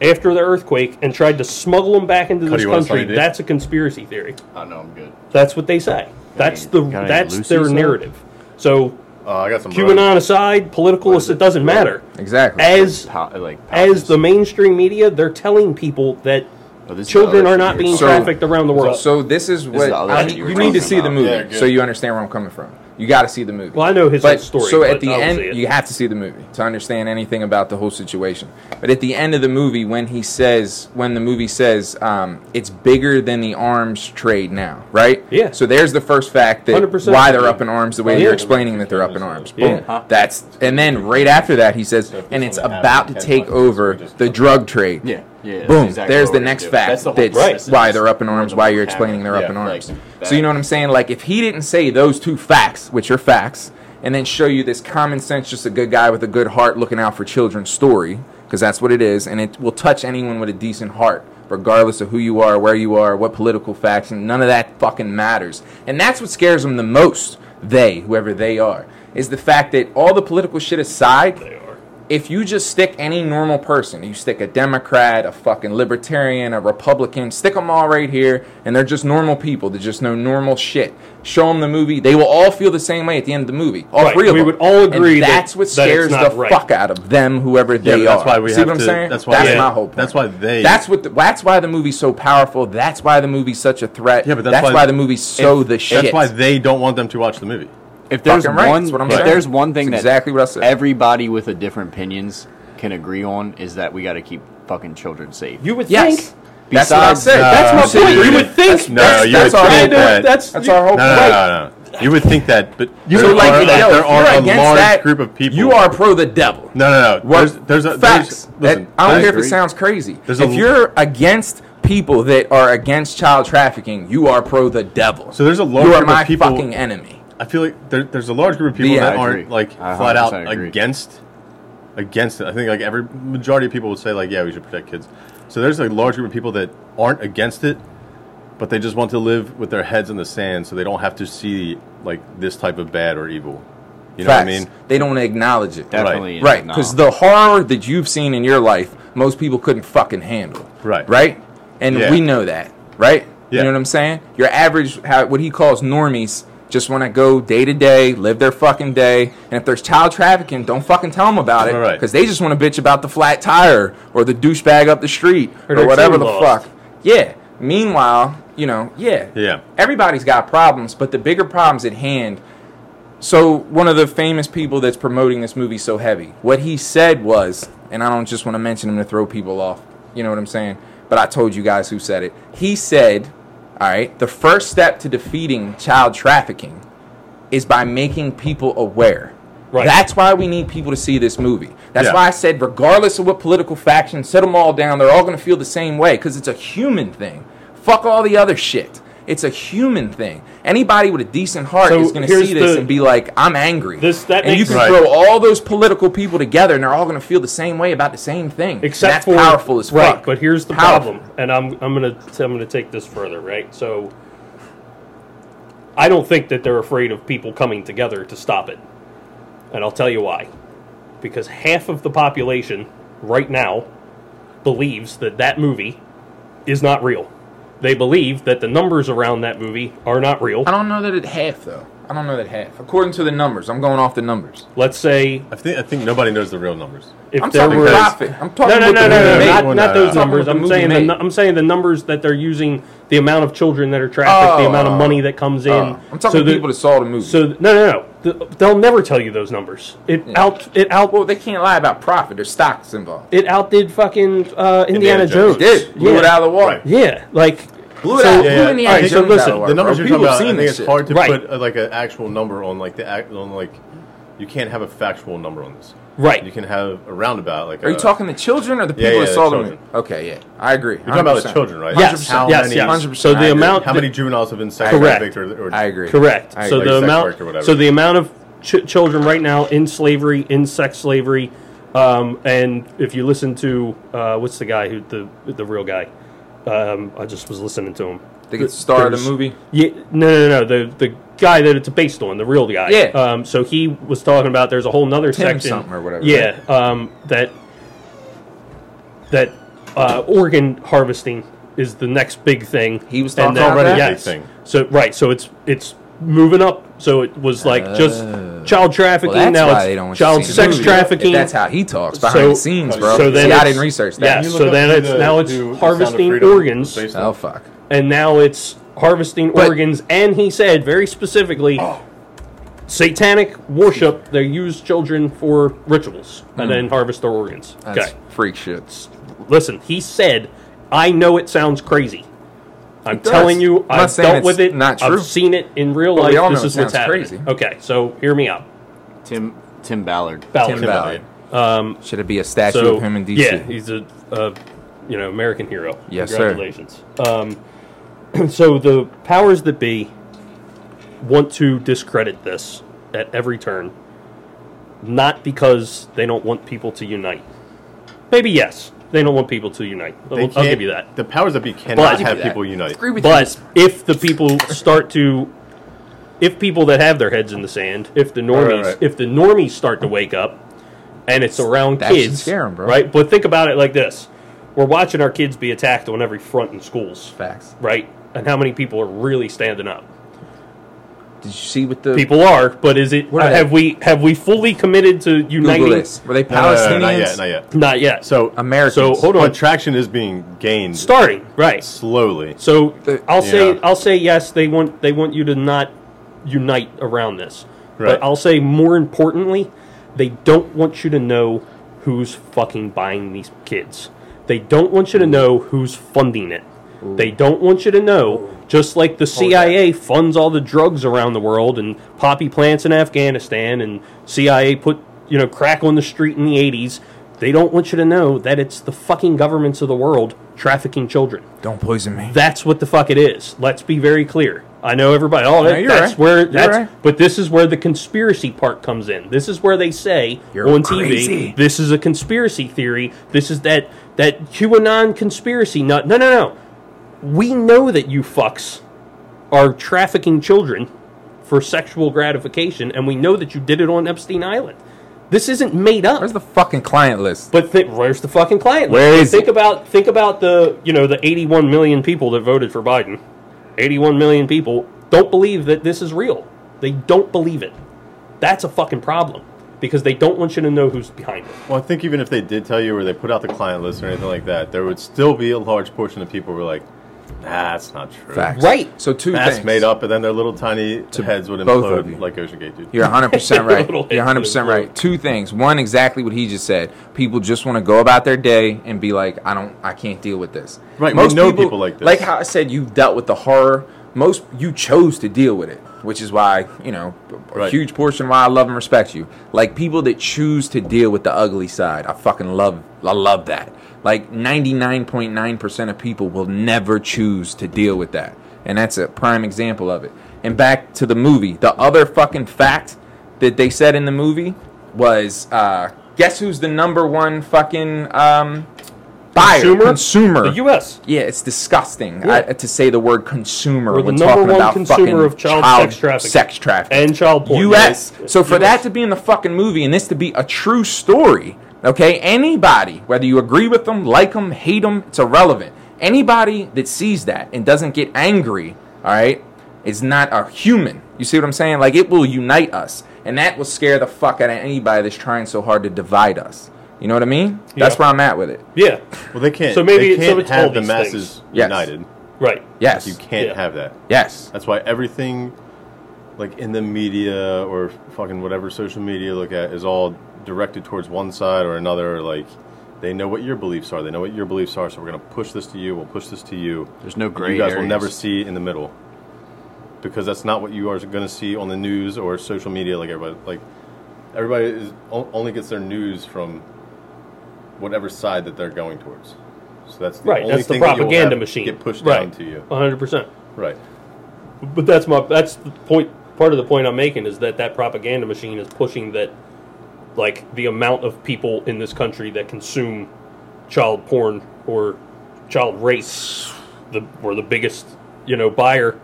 after the earthquake and tried to smuggle them back into this
you want
country,
something to do?
that's a conspiracy theory.
I know Oh, I'm good.
That's what they say. That's
any-
the
got any
that's
Lucy's
their
though?
narrative. So
uh, I got some.
QAnon aside, political, it doesn't matter.
Exactly.
As
Pow- like
as the mainstream media, they're telling people that
Oh, this is
children
the other
are not
theory.
being
So-
trafficked around the world.
So this is what
the other
I
shit
mean,
you
you,
were
need to
talking
see the
about.
movie
Yeah, good.
so you understand where I'm coming from. You got to see the movie.
Well, I know his whole story,
So at
but
the
I don't
end,
see it.
you have to see the movie to understand anything about the whole situation. But at the end of the movie, when he says, when the movie says, um, it's bigger than the arms trade now, right?
Yeah.
So there's the first fact that
100%.
why they're up in arms the way
Yeah.
you're explaining that they're up in arms.
Yeah.
Boom. That's and then right after that he says,
if this
and it's
one happened
about to
ten
take
times, we
over
just-
the drug trade.
Yeah. Yeah, that's
Boom.
exactly
there's the
what we're gonna
next
do.
fact
That's the
that's,
whole premise,
why
is
they're up in
we're
arms,
the
why
ones
you're
having
explaining they're up
it.
in
Yeah,
arms.
like,
so you know what I'm saying? Like if he didn't say those two facts, which are facts, and then show you this common sense, just a good guy with a good heart looking out for children story, because that's what it is, and it will touch anyone with a decent heart, regardless of who you are, where you are, what political faction, none of that fucking matters. And that's what scares them the most, they, whoever they are, is the fact that all the political shit aside,
They are.
if you just stick any normal person, you stick a Democrat, a fucking libertarian, a Republican, stick them all right here, and they're just normal people that just know normal shit. Show them the movie; they will all feel the same way at the end of the movie. All
Right,
three of
we
them.
would all agree
And
that-
that's what
that it's
scares
not
the
right.
fuck out of them, whoever
Yeah,
they
but that's
are.
why we
See
have
what I'm
to.
saying?
That's why.
Yeah.
my whole point.
That's why they.
That's what. The, that's why the movie's so powerful. That's why the movie's such a threat.
Yeah, but that's
why,
why-
the movie's so
If-
the shit.
That's why they don't want them to watch the movie.
If there's
Fucking right,
one,
that's what I'm
if
saying.
there's one thing
That's
that
exactly what I said.
everybody with a different opinions can agree on is that we got to keep fucking children safe.
You would
yes.
think.
That's what I
Besides-
said.
No.
that's my
You
point.
would think-
No,
that's,
you
that's
would
our
think
whole point.
that-
That's, our whole
No, no,
point.
no, no, no. You would think that, but you
So
there
like, yo,
are,
if
there are
you're
a
against
large
that,
group of people.
You are pro the devil.
No, no, no.
What?
There's, there's a
facts.
There's, listen,
that, I don't
there's-
care if it sounds crazy.
There's a-
if you're against people that are against child trafficking, you are pro the devil.
So there's a large
you are
group of
my
people-
fucking enemy.
I feel like there, there's a large group of people
Yeah,
that
I
aren't
agree.
like
I
flat out
100% agree.
against against it. I think like every majority of people would say like, yeah, we should protect kids. So there's a large group of people that aren't against it, but they just want to live with their heads in the sand, so they don't have to see like this type of bad or evil. You know
Facts.
what I mean?
They don't acknowledge it.
Definitely,
Right.
Right,
no.
because the horror that you've seen in your life, most people couldn't fucking handle.
Right.
Right? And
Yeah.
we know that, right? You
Yeah.
know what I'm saying? Your average, how, what he calls normies, just want to go day to day, live their fucking day. And if there's child trafficking, don't fucking tell them about it.
Right, right.
Because they just want to bitch about the flat tire or the douchebag up the street
Or
or,
their
whatever
food
the
lost.
fuck. Yeah. Meanwhile, you know, yeah.
Yeah.
Everybody's got problems, but the bigger problems at hand so one of the famous people that's promoting this movie so heavy, what he said was, and I don't just want to mention him to throw people off. You know what I'm saying? But I told you guys who said it. He said, all right, the first step to defeating child trafficking is by making people aware.
Right.
That's why we need people to see this movie. That's
Yeah.
why I said, regardless of what political faction, set them all down. They're all going to feel the same way because it's a human thing. Fuck all the other shit. It's a human thing. Anybody with a decent heart
So
is going to
here's
see this
the-
and be like, I'm angry.
This- that
and you
makes-
can
Right.
throw all those political people together, and they're all going to feel the same way about the same thing. And
Except
that's
for
powerful as fuck.
Right, but here's the
Powerful.
problem, and I'm I'm gonna I'm gonna take this further. Right, so I don't think that they're afraid of people coming together to stop it, and I'll tell you why. Because half of the population right now believes that that movie is not real. They believe that the numbers around that movie are not real.
I don't know that it half though. I don't know that half. According to the numbers, I'm going off the numbers.
Let's say
I think I think nobody knows the real numbers.
if
I'm
there
talking
were
because-
profit. I'm talking
No, no,
about
no, no,
the
no,
movie
not,
made.
not
No, no,
those
no.
numbers. I'm
Movie
saying the,
made.
nu- I'm saying the numbers that they're using, the amount of children that are trafficked, the
Oh.
amount of money that comes in.
I'm talking to
so
people that saw the movie.
So no, no, no. Th- They'll never tell you those numbers. It out, it out,
well, they can't lie about profit. There's stocks involved.
it outdid fucking uh, Indiana,
Indiana Jones.
Jones.
Did blew
yeah.
it out of the water.
Right.
Yeah, like
Blew it out.
Yeah,
blew
yeah.
Indiana
All
right, so
Jones out of
listen,
the
the
water,
numbers
bro.
you're talking
People have
about, I
seen
think
this
it's
shit.
hard to
Right.
put uh, like an actual number on like the act on like you can't have a factual number on this.
Right.
You can have a roundabout like
Are you
a-
talking the children or the people
yeah,
that
yeah,
saw
the
the movie?
children.
Okay, yeah, I agree.
You're talking about the children, right?
yes,
How
yes,
many-
yes.
100%,
So
I
the
agree.
amount,
How
that-
many juveniles have been sex
Correct.
trafficked? Or, or
I agree.
Correct.
I
so
agree.
the
Like sex
amount,
work or whatever.
so the amount of ch- children right now in slavery, in sex slavery, um, and if you listen to uh, what's the guy who the the real guy, um, I just was listening to him.
They get the star of the
There's-
movie.
Yeah, no, no, no. The the guy that it's based on, the real guy.
Yeah.
Um, so he was talking about there's a whole nother
Tim
section
something or whatever,
Yeah. Um, that that uh, organ harvesting is the next big thing.
He was
And
talking about
then-
that?
Big
Yes.
thing.
So right. So it's it's moving up. So it was like just child trafficking.
Oh. Well, that's
now
why
it's
they don't want you
child
to see
sex
the movie.
trafficking.
If that's how he talks behind the scenes, bro.
So then
See, I
it's-
didn't research that.
Yeah.
You
So
look up
then
who
it's
the-
now it's
who Sound of
harvesting
Freedom was
organs
based on.
Oh fuck.
and now it's harvesting
But- Oh.
organs. And he said very specifically, satanic worship. They use children for rituals and then harvest their organs.
Hmm. That's
okay,
freak shit.
listen. He said, "I know it sounds crazy. I'm
It does.
telling you,
I'm not
I've
saying
dealt
it's
with it.
not true.
I've seen it in real
But we
life.
all
This
know it
is what's
sounds
happening."
crazy.
Okay, so hear me out.
Tim Tim Ballard.
Ballard.
Tim Ballard. Should it be a statue
So
of him in DC?
yeah, he's a, uh you know, American hero.
Yes, sir.
Congratulations. Um, so the powers that be want to discredit this at every turn, not because they don't want people to unite. Maybe yes, they don't want people to unite. I'll-
They
I'll
can't-
give you that.
The powers that be cannot
give
have
you that.
people unite.
Agree with
But if the people start to, if people that have their heads in the sand, if the normies,
Right, right, right.
if the normies start to wake up, and it's around
That should
kids,
scare 'em, bro.
right? But think about it like this: we're watching our kids be attacked on every front in schools,
facts.
right? And how many people are really standing up?
Did you see what the
People are, but is it?
What are they?
have we have we fully committed to
Google
uniting?
this? Were they
No, no, no, no,
Palestinians?
not yet, not yet.
Not yet.
So
Americans.
So, hold on.
but traction is being gained
starting right.
slowly.
So
The-
I'll say
Yeah.
I'll say yes. They want they want you to not unite around this.
Right.
But I'll say more importantly, they don't want you to know who's fucking buying these kids. They don't want you
Mm.
to know who's funding it. They don't want you to
Oh.
know. Just like the CIA funds all the drugs around the world and poppy plants in Afghanistan, and CIA put you know crack on the street in the '80s. They don't want you to know that it's the fucking governments of the world trafficking children.
Don't poison me.
That's what the fuck it is. Let's be very clear. I know everybody. Oh, that,
you're
that's
right.
where
You're
that's.
right.
But this is where the conspiracy part comes in. This is where they say
You're
on
crazy.
TV, this is a conspiracy theory. This is that that QAnon conspiracy nut. No, no, no. We know that you fucks are trafficking children for sexual gratification, and we know that you did it on Epstein Island. This isn't made up.
Where's the fucking client list?
But th- where's the fucking client? list?
Where is
think
it?
about think about the you know the 81 million people that voted for Biden. 81 million people don't believe that this is real. They don't believe it. That's a fucking problem because they don't want you to know who's behind it.
Well, I think even if they did tell you or they put out the client list or anything like that, there would still be a large portion of people who are like, nah, that's not true.
Facts.
Right.
So two
That's
things.
made up, and then their little tiny heads would
both of you.
implode like Ocean Gate, dude.
You're 100% right.
Little
You're 100% right. Two things. One, exactly what he just said. People just want to go about their day and be like, I don't, I can't deal with this.
Right, we know people like this.
Like how I said, you've dealt with the horror. Most, you chose to deal with it, which is why, you know, a
Right.
huge portion of why I love and respect you. Like people that choose to deal with the ugly side. I fucking love, I love that. Like 99.9% of people will never choose to deal with that. And that's a prime example of it. And back to the movie. The other fucking fact that they said in the movie was uh, guess who's the number one fucking um, buyer?
Consumer?
Consumer.
The U.S.
yeah, it's disgusting
Yeah.
I, to say the word consumer
We're the
when
number
talking
one
about
consumer
fucking
of child sex trafficking.
sex trafficking.
And child porn.
U.S.
Yes.
So for
Yes.
that to be in the fucking movie and this to be a true story, okay? Anybody, whether you agree with them, like them, hate them, it's irrelevant. Anybody that sees that and doesn't get angry, all right, is not a human. You see what I'm saying? Like it will unite us, and that will scare the fuck out of anybody that's trying so hard to divide us. You know what I mean? That's
Yeah.
where I'm at with it.
Yeah.
Well, they can't.
So maybe-
they
so
can't
it's all
have the
these
masses
Yes.
united.
Right.
Yes.
You can't
Yeah.
have that.
Yes.
That's why everything, like in the media or fucking whatever social media you look at, is all directed towards one side or another. Or like, they know what your beliefs are. They know what your beliefs are. So we're gonna push this to you. We'll push this to you.
There's no gray
You guys will
areas.
never see in the middle, because that's not what you are gonna see on the news or social media. Like everybody, like everybody is o- only gets their news from whatever side that they're going towards. So that's the
Right.
Only
That's the
thing that you'll
propaganda
have
machine.
Get pushed down to you.
100. percent
Right.
But that's my that's the point. Part of the point I'm making is that that propaganda machine is pushing that, like the amount of people in this country that consume child porn or child rape, the or the biggest you know buyer.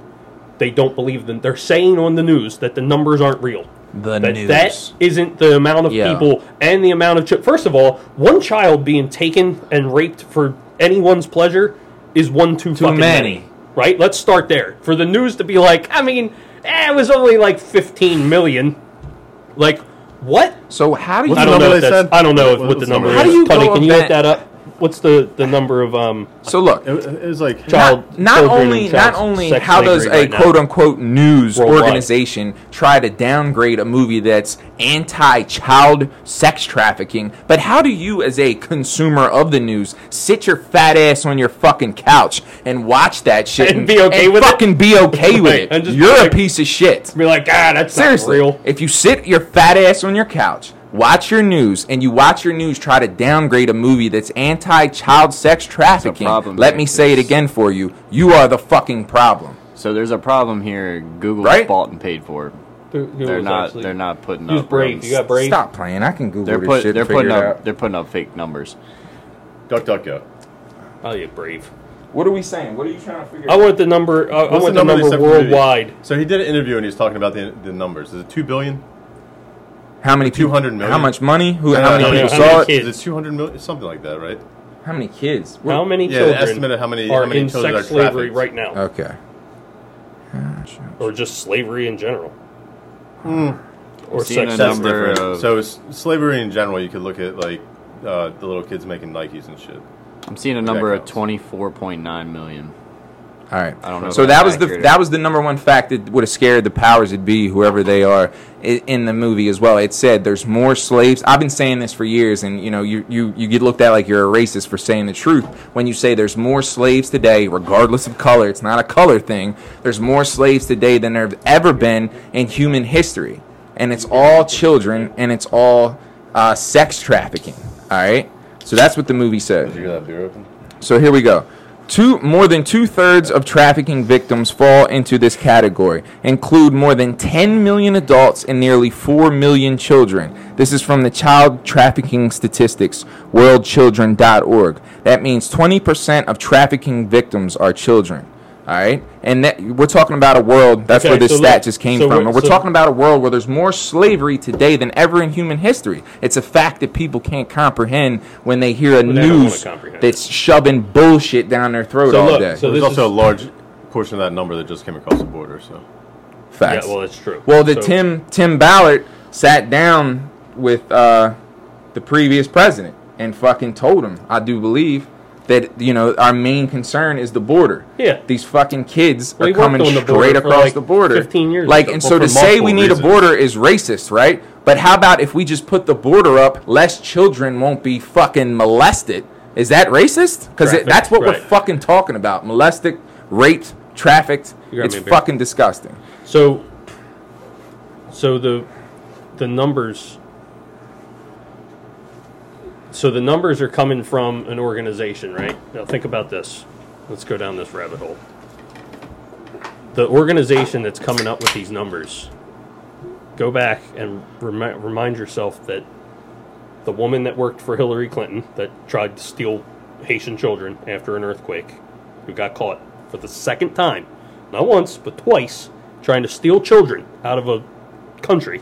They don't believe them. They're saying on the news that the numbers aren't real.
The
that
news.
that isn't the amount of
Yeah.
people and the amount of chi- first of all, one child being taken and raped for anyone's pleasure is one too, fucking
many.
many right? Let's start there. For the news to be like, I mean, eh, it was only like 15 million. Like, what?
So how do you
What's
I
the
don't
number
know.
they
If
said?
that's, I don't know if,
What-
what the
what's
number
the
is.
number?
How do you
Tony,
go
can you look
about-
that up? What's the, the number of um
So look,
It, it was like
child?
not
children and
only
child
not only
sex
how does
slavery
a
right now?
quote unquote news
Worldwide.
organization try to downgrade a movie that's anti child sex trafficking, but how do you as a consumer of the news sit your fat ass on your fucking couch and watch that shit
And be okay
and
with it?
fucking be okay with
Right,
it?
and just be
You're a
like-
piece of shit.
be like, ah, that's
Seriously,
not real.
if you sit your fat ass on your couch watch your news and you watch your news try to downgrade a movie that's anti-child sex trafficking.
problem,
Let
man,
me say it
because-
again for you. You are the fucking problem.
So there's a problem here. Google
Right?
bought and paid for.
Who- who
They're
was
not.
actually-
They're not putting
Use
up.
brave. You got brave.
Stop playing. I can Google
They're
this
put,
shit
They're
and figure
putting
it
up.
out.
They're putting up fake numbers.
Duck, duck, go.
Oh, yeah, brave.
What are we saying? What are you trying to figure
Oh,
I want the number. uh, I, I
What's
want the number,
they said for movies?
worldwide.
So he did an interview and he was talking about the, the numbers. Is it two billion?
How many? people-
200 million?
How much money? Who?
No,
how
no,
many
no,
people
no, how
saw
many
it?
kids?
Is it two hundred million? Something like that, right?
How many kids?
How many
yeah, the
children
estimate of how many- how
are
many
in
children
sex
are trafficked.
slavery right now,
Okay. Ah,
or just slavery in general,
Hmm.
or
Seeing
sex
a
slavery?
number
different.
of-
So s- slavery in general, you could look at like uh, the little kids making Nikes and shit.
I'm seeing a number of
counts.
24.9 million.
All right.
I don't know if
So
that's
that was the
accurate.
that was the number one fact that would have scared the powers that be, whoever they are, i- in the movie as well. It said there's more slaves. I've been saying this for years, and you know you you you get looked at like you're a racist for saying the truth when you say there's more slaves today, regardless of color. It's not a color thing. There's more slaves today than there've ever been in human history, and it's all children, and it's all uh, sex trafficking. All right. So that's what the movie said.
Did you hear that beer open?
So here we go. Two, more than two thirds of trafficking victims fall into this category, include more than 10 million adults and nearly 4 million children. This is from the Child Trafficking Statistics, worldchildren.org. That means 20% of trafficking victims are children. All right? And that, we're talking about a world, that's
Okay,
where this
so
stat
let-
just came
so
from.
we're-
And we're
so-
talking about a world where there's more slavery today than ever in human history. It's a fact that people can't comprehend when they hear a
they don't wanna
news
comprehend.
that's shoving bullshit down their throat
So
all
look,
day.
so
There's
this
also a
is,
large portion of that number that just came across the border. So
Facts.
yeah, well, that's true.
well, the
So-
Tim Tim Ballard sat down with uh, the previous president and fucking told him, I do believe that you know our main concern is the border.
Yeah.
these fucking kids
Well, he
are
worked
coming
on the border
straight
for,
across
like,
the border.
15 years
Like,
or so.
and
Well,
so
for
to say
multiple
we need a
reasons.
border is racist, right? But how about if we just put the border up, less children won't be fucking molested? Is that racist? Because
Trafficked,
that's what
right.
we're fucking talking about: molested, raped, trafficked.
You got
It's
me, Barry.
fucking disgusting.
So, so the the numbers. So the numbers are coming from an organization, right? Now think about this. Let's go down this rabbit hole. The organization that's coming up with these numbers. Go back and remi- remind yourself that the woman that worked for Hillary Clinton that tried to steal Haitian children after an earthquake, who got caught for the second time, not once, but twice, trying to steal children out of a country.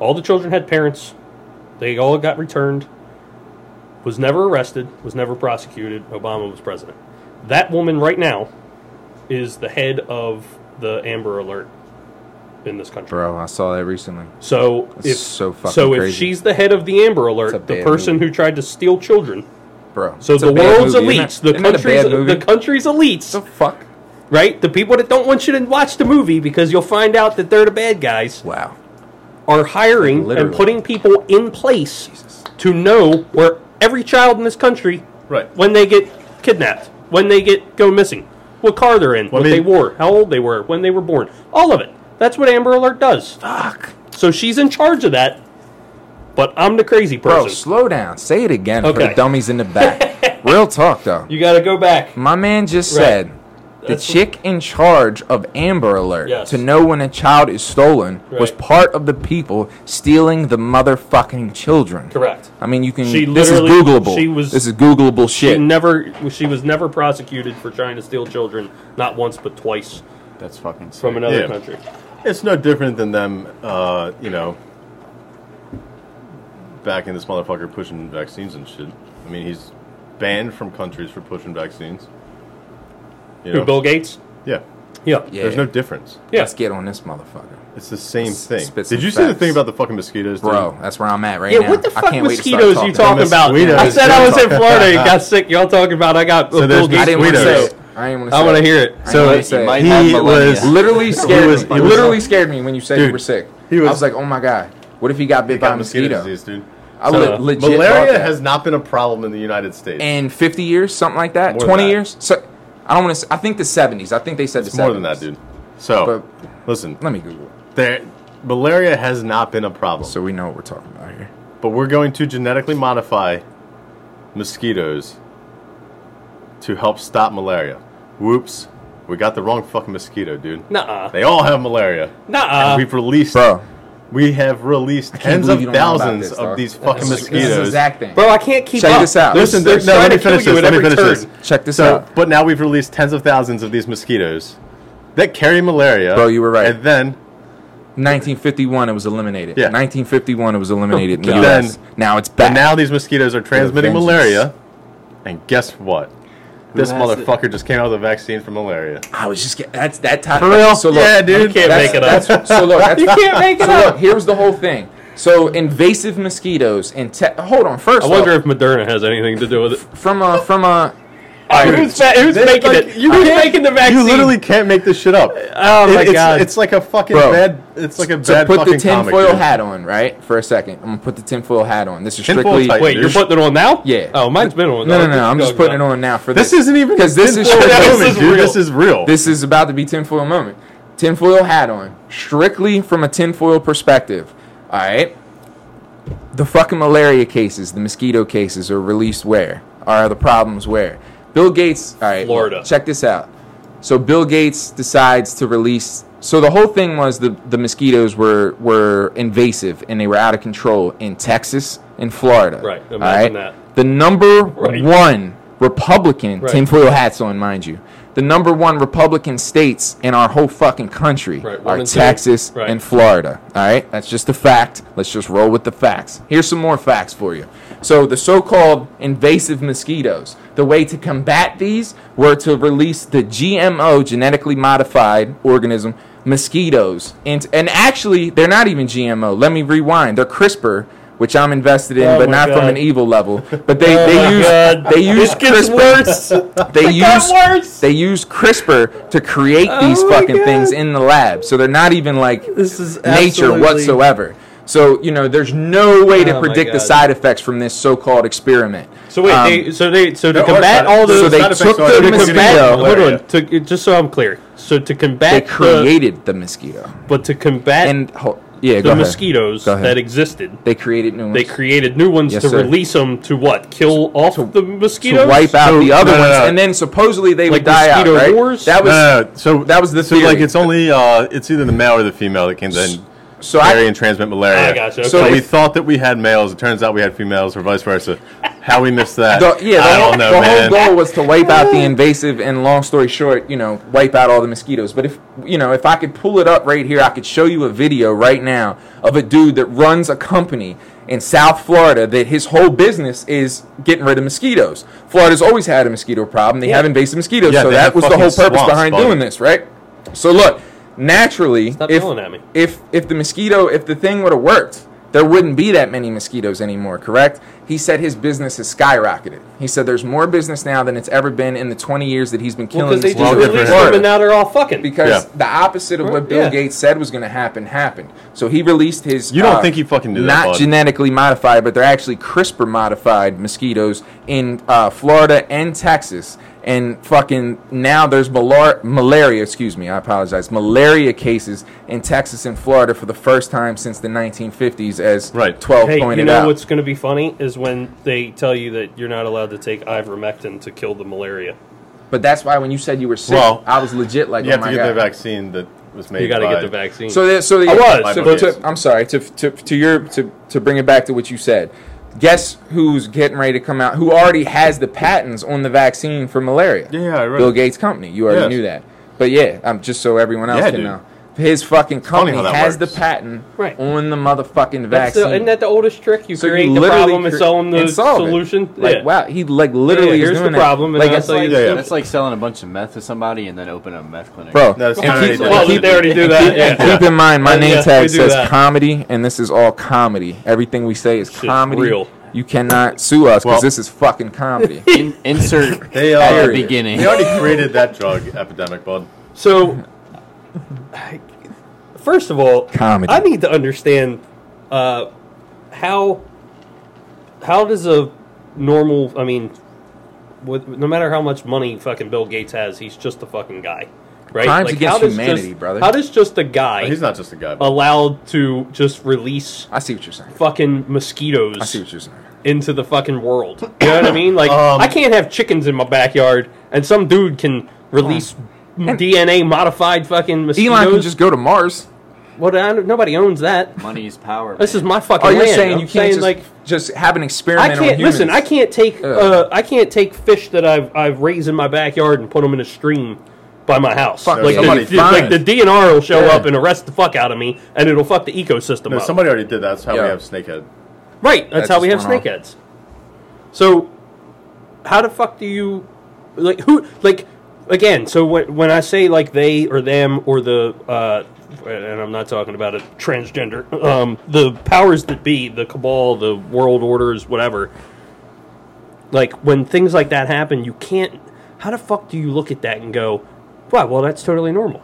All the children had parents. They all got returned. Was never arrested, was never prosecuted. Obama was president. That woman right now is the head of the Amber Alert in this country.
Bro, I saw that recently.
So if
so fucking
so if
crazy.
she's the head of the Amber
It's a
Alert, the
bad
person
movie.
who tried to steal children,
Bro.
so
it's a
the
bad
world's
movie, isn't
elites,
it?
the
Isn't it a
country's
bad movie?
the country's elites,
the fuck?
right? The people that don't want you to watch the movie because you'll find out that they're the bad guys
Wow.
are hiring
Literally.
and putting people in place to know where every child in this country
right.
when they get kidnapped, when they get go missing, what car they're in,
Well, I
what
mean-
they wore, how old they were, when they were born, all of it. That's what Amber Alert does.
Fuck.
So she's in charge of that, but I'm the crazy
Bro,
person.
slow down. Say it again for
Okay.
the dummies in the back. Real talk though.
you got to go back.
My man just
Right.
said the
That's-
chick in charge of Amber Alert
Yes.
to know when a child is stolen was
Right.
part of the people stealing the motherfucking children.
Correct.
I mean, you can.
She
this is
literally-
Googleable.
she was-
this is Googleable
She
shit.
never she was never prosecuted for trying to steal children, not once but twice
That's fucking. Sick.
from another
Yeah.
country.
It's no different than them, uh, you know, backing this motherfucker pushing vaccines and shit. I mean, he's banned from countries for pushing vaccines. You
Who, Bill Gates?
yeah.
Yeah.
Yeah.
There's no difference.
Yeah.
Let's get on this motherfucker,
It's the same
S-
thing.
spit
Did
some
you see the
facts.
thing about the fucking mosquitoes? dude?
bro. That's where I'm at right
Yeah,
now.
what the
I
fuck
can't wait to start
mosquitoes you
talking.
talking about?
mosquitoes.
I said I was in Florida and got sick. Y'all talking about I got
So
Bill
there's
I
Gates.
didn't want to
Mosquitoes.
say it. I didn't want to.
I want to hear it.
So
might- you might
he
have
he
millennia.
was-
literally scared
was-
me.
he was-
literally scared me when you said you
Dude,
were sick.
he was-
I was like, oh my god, what if he got bit
He
by
got
a mosquito?
disease, dude.
I
So,
le-
uh,
legit thought
Malaria
that.
has not been a problem in the United States.
in 50 years, something like that,
More than
20
that.
years. So I don't want to. I think the 70s. I think they said
it's
the
more
70s.
than that, dude. So,
But-
listen,
Let me Google. it.
there, malaria has not been a problem.
So we know what we're talking about here.
But we're going to genetically modify mosquitoes to help stop malaria. Whoops. We got the wrong fucking mosquito, dude.
Nuh-uh.
They all have malaria.
Nuh-uh.
We've released
Bro,
we have released tens
believe
of
you don't know about
thousands
this,
of
dog.
these fucking
This is-
this is the
mosquitoes.
exact thing.
Bro, I can't keep
Check
up.
this out.
Listen,
they're
there- no,
trying
let me
to kill
finish
you
this.
at
Let me
every
finish this.
turn.
Check this
so,
out.
but now we've released tens of thousands of these mosquitoes that carry malaria.
Bro, you were right.
And then
1951, it was eliminated.
Yeah.
1951, it was eliminated in the
But then-
U.S. Now it's
But
back.
now these mosquitoes are transmitting
vengeance.
malaria, and guess what? This
has it?
motherfucker just came out with a vaccine for malaria.
I was just get, that's that time.
For real?
So look,
Yeah, dude. You can't
that's-
make it up.
that's- So look, that's,
You can't make it
so
up.
Look, here's the whole thing. So invasive mosquitoes and te- hold on. First,
I
off,
wonder if Moderna has anything to do with it.
from a from a
who's fa- who's
This-
making
like,
it?
you
who's
can't-
making the vaccine?
You literally can't make this shit up.
Oh my
it's,
God.
It's like a fucking
Bro,
bad. It's like a
to
bad
put the
fucking comic.
tinfoil
dude.
hat on, right? For a second, I'm gonna put the tinfoil hat on. This is
Tinfoil
strictly
tight.
Wait, you're
There's-
putting it on now?
Yeah.
Oh, mine's been on.
No, no, no. I'm just putting it on now for
This
this.
isn't even
'Cause this is
tinfoil
strictly-
moment,
This is
dude.
real.
This is real.
This is about to be tinfoil moment. Tinfoil hat on, strictly from a tinfoil perspective. All right. The fucking malaria cases, the mosquito cases are released where? Are the problems where? Bill Gates. All right.
Florida.
Check this out. So Bill Gates decides to release. So the whole thing was the, the mosquitoes were were invasive and they were out of control in Texas and Florida.
Right, imagine that.
The number
Right.
one Republican
Right.
tinfoil hats on, mind you. The number one Republican states in our whole fucking country
Right, one
are
and two.
Texas
Right.
and Florida. All right, that's just a fact. Let's just roll with the facts. Here's some more facts for you. So the so-called invasive mosquitoes. The way to combat these were to release the GMO, genetically modified organism mosquitoes, and and actually they're not even GMO. Let me rewind. They're CRISPR. Which I'm invested in,
Oh
but
my
not from
God.
an evil level. But they,
Oh my
they use
God.
they use
This gets
CRISPR
worse.
they
got
use
worse. Oh
they use CRISPR to create these
my
fucking
God.
things in the lab. So they're not even like
This is
nature
absolutely-
whatsoever. So you know, there's no way
Oh my
to predict the
God.
side effects from this so-called experiment.
So wait,
Um,
they, so they, so to
There are side-
combat all those,
so they
side effects
took
are
the
getting
to combat,
mosquito-
malaria.
hold on, to, just so I'm clear. So
they
to combat the,
created the mosquito
but to combat
and ho- yeah, go
the
ahead.
mosquitoes
Go ahead.
that existed,
They created new ones
they created new ones
Yes,
to
sir.
release them to what? Kill off the mosquitoes?
to wipe out
So-
the other
no, no,
ones,
no.
and then supposedly they
Like
would die out.
mosquito
Right?
wars?
That was
No, no, no. Uh, So
that was the
so like
theory.
it's only uh it's either the male or the female that can then
so
carry
I
and transmit malaria.
I gotcha,
So
okay.
we thought that we had males. It turns out we had females, or vice versa. How we missed that?
The, yeah, the,
I
whole,
don't know,
the
man.
whole goal was to wipe out the invasive, and long story short, you know, wipe out all the mosquitoes. But if you know, if I could pull it up right here, I could show you a video right now of a dude that runs a company in South Florida that his whole business is getting rid of mosquitoes. Florida's always had a mosquito problem. They have invasive mosquitoes,
Yeah,
so
they
that
have
was the whole
fucking
purpose
swamps,
behind
buddy.
doing this, right? So look, naturally,
Stop
if,
yelling at me.
if if the mosquito if the thing would have worked there wouldn't be that many mosquitoes anymore correct he said his business has skyrocketed he said there's more business now than it's ever been in the 20 years that he's been killing
because they
mosquitoes
just
Well, good
in
for
released
him.
them and
Florida.
now they're all fucking.
because
Yeah.
the opposite of what Bill
Yeah.
Gates said was going to happen happened. So he released his. uh,
You don't think he fucking did that,
Not
bud.
genetically modified, but they're actually CRISPR modified mosquitoes in uh, Florida and Texas. And fucking now there's malar- malaria, excuse me, I apologize, malaria cases in Texas and Florida for the first time since the 1950s, as
Right.
12
Hey,
pointed
you know
out.
what's going to be funny is when they tell you that you're not allowed to take ivermectin to kill the malaria.
but that's why when you said you were sick,
Well,
I was legit like,
You
oh
have
my
to get
God.
the vaccine that was made.
You got to
by-
get the vaccine.
So, the, so the,
I was,
so
but-
to- I'm sorry to, to to your to to bring it back to what you said. Guess who's getting ready to come out? Who already has the patents on the vaccine for malaria?
Yeah, right.
Bill Gates' company. You already
Yes.
knew that. But yeah, I'm just so everyone else
Yeah,
can
dude.
know. His fucking
funny
company
how that
has
works.
the patent
Right.
on the motherfucking
That's
vaccine.
the, isn't that the oldest trick? You
So you
create the
literally
problem and
cre-
sell them the
and solve it.
solution.
Like
yeah.
wow, he like literally
Yeah,
is
here's
doing
the
that.
problem, and
Like,
I'll tell you
Yeah, yeah.
That's like selling a bunch of meth to somebody and then opening a meth clinic.
bro.
No, it's
and
kinda
keep-
already
and
Well,
done.
keep-
they already do that.
And
Yeah.
keep in mind, my
Yeah,
name
we
tag
do
says
that.
comedy, and this is all comedy. Everything we say is comedy.
real.
You cannot sue us because
Well-
this is fucking comedy.
In, insert
They
at the
already,
beginning.
they already created that drug epidemic, bud.
So, first of all,
Comedy.
I need to understand uh, how how does a normal? I mean, with, no matter how much money fucking Bill Gates has, he's just a fucking guy. right?
Crimes against
how does
humanity,
just,
brother.
How does just a guy
He's not just a guy. But
allowed to just release
I see what you're saying.
fucking
I see
mosquitoes
what you're saying.
into the fucking world? You know what I mean? Like
Um,
I can't have chickens in my backyard, and some dude can release DNA modified fucking mosquitoes.
Elon can just go to Mars.
What? I don't- nobody owns that.
Money is power.
This
man.
is my fucking.
Oh, you're
land.
saying
I'm
you can't
saying,
just,
like
just have an experiment
I
on
can't
humans.
listen. I can't take
Ugh.
uh, I can't take fish that I've I've raised in my backyard and put them in a stream by my house.
Fuck,
like,
somebody
the, like
find
the
it.
DNR will show
Yeah.
up and arrest the fuck out of me, and it'll fuck the ecosystem
no,
up.
somebody already did that. That's how
Yeah.
we have Snakehead.
right? That's
That
how we have
just went
snakeheads. So, how the fuck do you like who like again? So when when I say like they or them or the uh, and I'm not talking about a transgender, um, the powers that be, the cabal, the world orders, whatever. like when things like that happen, you can't. How the fuck do you look at that and go, "Wow, well, that's totally normal."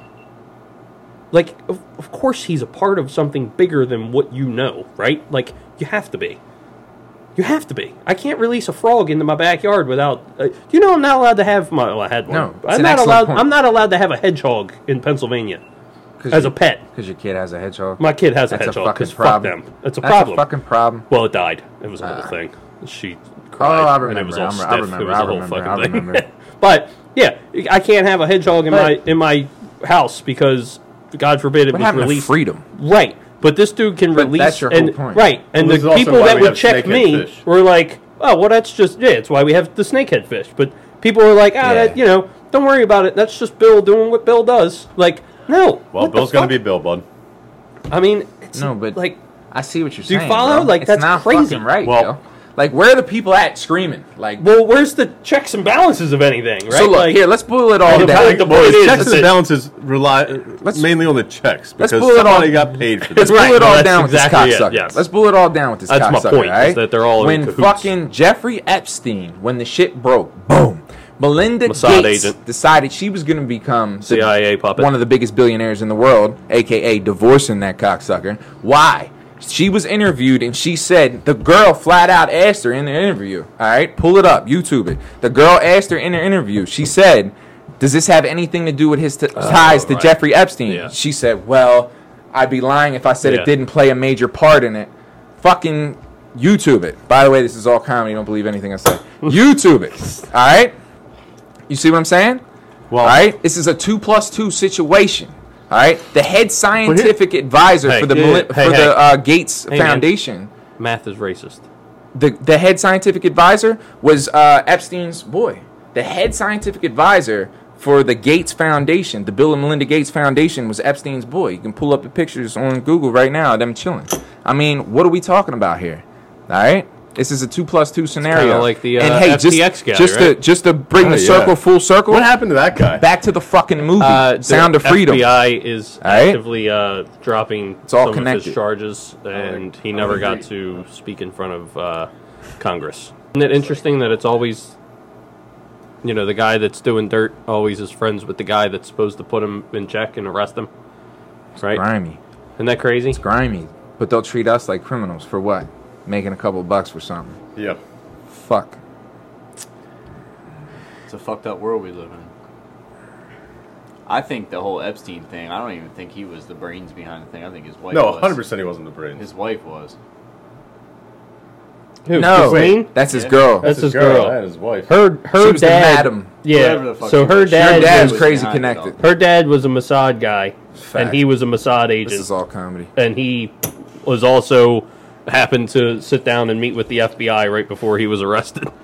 Like, of, of course, he's a part of something bigger than what you know, right? Like, you have to be. You have to be. I can't release a frog into my backyard without. Uh, you know, I'm not allowed to have my. Well, I had one.
No, it's
I'm
an
not
excellent
allowed.
point.
I'm not allowed to have a hedgehog in Pennsylvania
Cause
as a pet.
because your kid has a hedgehog.
My kid
That's
has a
a
hedgehog.
fucking
Because fuck
problem.
them. That's a
That's
problem.
a fucking problem.
Well, it died. It was a whole
Ah.
thing. She
Oh,
cried.
I
And it
remember.
was
I
all
remember.
stiff.
I remember.
It was
I
a whole
remember. I
fucking thing.
remember.
but yeah, I can't have a hedgehog in
But-
my in my house because God forbid it
What
was
happened
released.
to freedom?
Right. But this dude can
But
release
that's your
and
whole point.
right. And
Well, this is
the
also
people
why
that
we
would
have
check
snakehead
me
fish.
were like, "Oh, well that's just yeah, it's why we have the snakehead fish." But people are like, "Ah,
Yeah.
that, you know, don't worry about it. That's just Bill doing what Bill does." Like, no.
Well,
What the
Bill's gonna be
fuck?
Bill, bud.
I mean, it's
No, but-
like
I see what you're
you
saying.
follow?
bro.
Like,
it's
that's
not
crazy.
fucking right,
Well-
yo. Like, where are the people at screaming? Like,
well, where's the checks and balances of anything, right?
so look
like,
here. Let's boil it all
the
down.
point- the point
His
is
checks
that
and
it-
balances rely
Let's-
mainly on the checks because
let's pull it all-
somebody got paid for
Let's
this.
boil
Right,
it
no,
all
that's
down with this
exactly it,
cocksucker.
yes.
Let's boil it all down with this
That's my
cocksucker.
point, is
right?
that they're all in
when
cahoots.
fucking Jeffrey Epstein, when the shit broke, boom. Melinda
Mossad
Gates
agent.
decided she was going to become the-
CIA puppet.
one of the biggest billionaires in the world, aka divorcing that cocksucker. Why? She was interviewed and she said the girl flat out asked her in the interview. All right, pull it up, YouTube it. The girl asked her in the interview. She said, "Does this have anything to do with his t- ties to
Oh, right.
Jeffrey Epstein?"
Yeah.
She said, "Well, I'd be lying if I said
Yeah.
it didn't play a major part in it." Fucking YouTube it. By the way, this is all comedy. Don't believe anything I say. YouTube it. All right. You see what I'm saying?
Well,
all right. This is a two plus two situation. All right. The head scientific advisor
Hey,
for the
yeah,
Meli-
yeah. Hey,
for
hey.
the uh, Gates
man.
Foundation,
math is racist.
the the head scientific advisor was uh, Epstein's boy. The head scientific advisor for the Gates Foundation, the Bill and Melinda Gates Foundation, was Epstein's boy. You can pull up the pictures on Google right now. of Them chilling. I mean, what are we talking about here? All right. This is a two plus two scenario.
like the, uh,
just,
FTX guy,
just
right?
to just to bring
Oh,
the
yeah.
circle full circle
What happened to that guy?
back to the fucking movie,
Uh, the
Sound of Freedom.
FBI is
right.
actively uh, dropping
all
some of
connected.
his charges, and he never got to speak in front of uh, Congress. Isn't it interesting that it's always, you know, the guy that's doing dirt always is friends with the guy that's supposed to put him in check and arrest him, right?
Grimy,
Isn't that crazy?
grimy. But they'll treat us like criminals for what? Making a couple bucks for something.
Yeah.
Fuck.
It's a fucked up world we live in. I think the whole Epstein thing. I don't even think he was the brains behind the thing. I think his wife.
No,
was.
100 percent he wasn't the brains.
His wife was.
Who?
No,
Christine?
that's his
Yeah.
girl.
That's his girl.
That is wife.
her her
She was the
dad.
madam.
Whatever
Yeah.
the fuck
So
she
her
was. Your
dad,
Your
dad
dad's
was
crazy
behind it all.
connected.
her dad was a Mossad guy,
Fact.
and he was a Mossad agent.
This is all comedy.
and he was also happened to sit down and meet with the FBI right before he was arrested.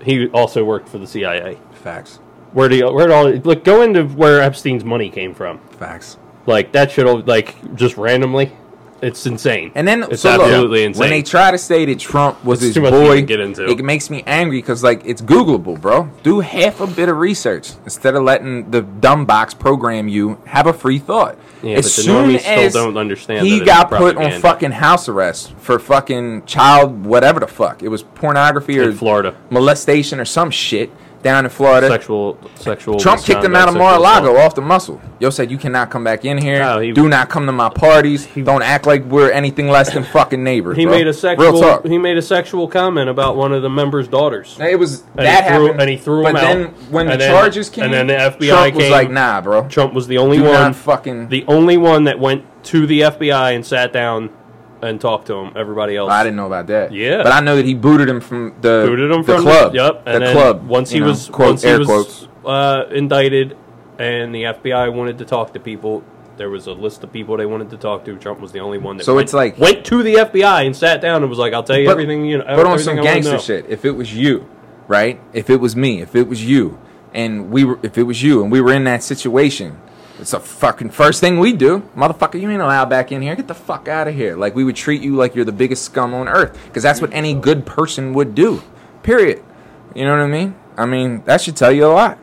He also worked for the CIA.
Facts.
Where do you, where do all look? Go into where Epstein's money came from.
Facts.
Like that should all like just randomly. It's insane.
And then
it's
so look,
absolutely insane.
when they try to say that Trump was
It's
his
too much we
boy,
can get into.
it makes me angry because like it's Googleable, bro. Do half a bit of research instead of letting the dumb box program you. Have a free thought.
Yeah, but the normies still don't understand
he
that it's
got put on
propaganda.
fucking house arrest for fucking child whatever the fuck it was pornography or
In Florida.
molestation or some shit. down in Florida.
Sexual, sexual.
Trump kicked him out of Mar-a-Lago off the muscle. Yo said, "You cannot come back in here.
No, he-
Do not come to my parties. Don't act like we're anything less than fucking neighbors."
He
bro.
made a
Real
sexual.
talk.
He made a sexual comment about one of the members' daughters.
Now, it was
he
that
threw-
happened,
and he threw
But
him out.
then when
And
the
then-
charges came,
and then the FBI
Trump was
came.
like, "Nah, bro,
Trump was the only
do
one.
not fucking."
the only one that went to the FBI and sat down and talked to him. Everybody else.
I didn't know about that.
Yeah.
but I know that he booted him from the
booted him
the
from
club.
The, yep,
the
and then
club.
Once he
you know,
was
quote,
once he
air
was
quotes.
Uh, indicted, and the FBI wanted to talk to people. There was a list of people they wanted to talk to. Trump was the only one that.
So
went,
it's like-
went to the FBI and sat down and was like, "I'll tell you
But-
everything you know."
But on some
everything I wanna
gangster
know."
shit, if it was you, right? If it was me, if it was you, and we were, if it was you, and we were in that situation, it's the fucking first thing we do, motherfucker. You ain't allowed back in here. Get the fuck out of here. Like we would treat you like you're the biggest scum on earth, because that's what any good person would do. Period. You know what I mean? I mean that should tell you a lot.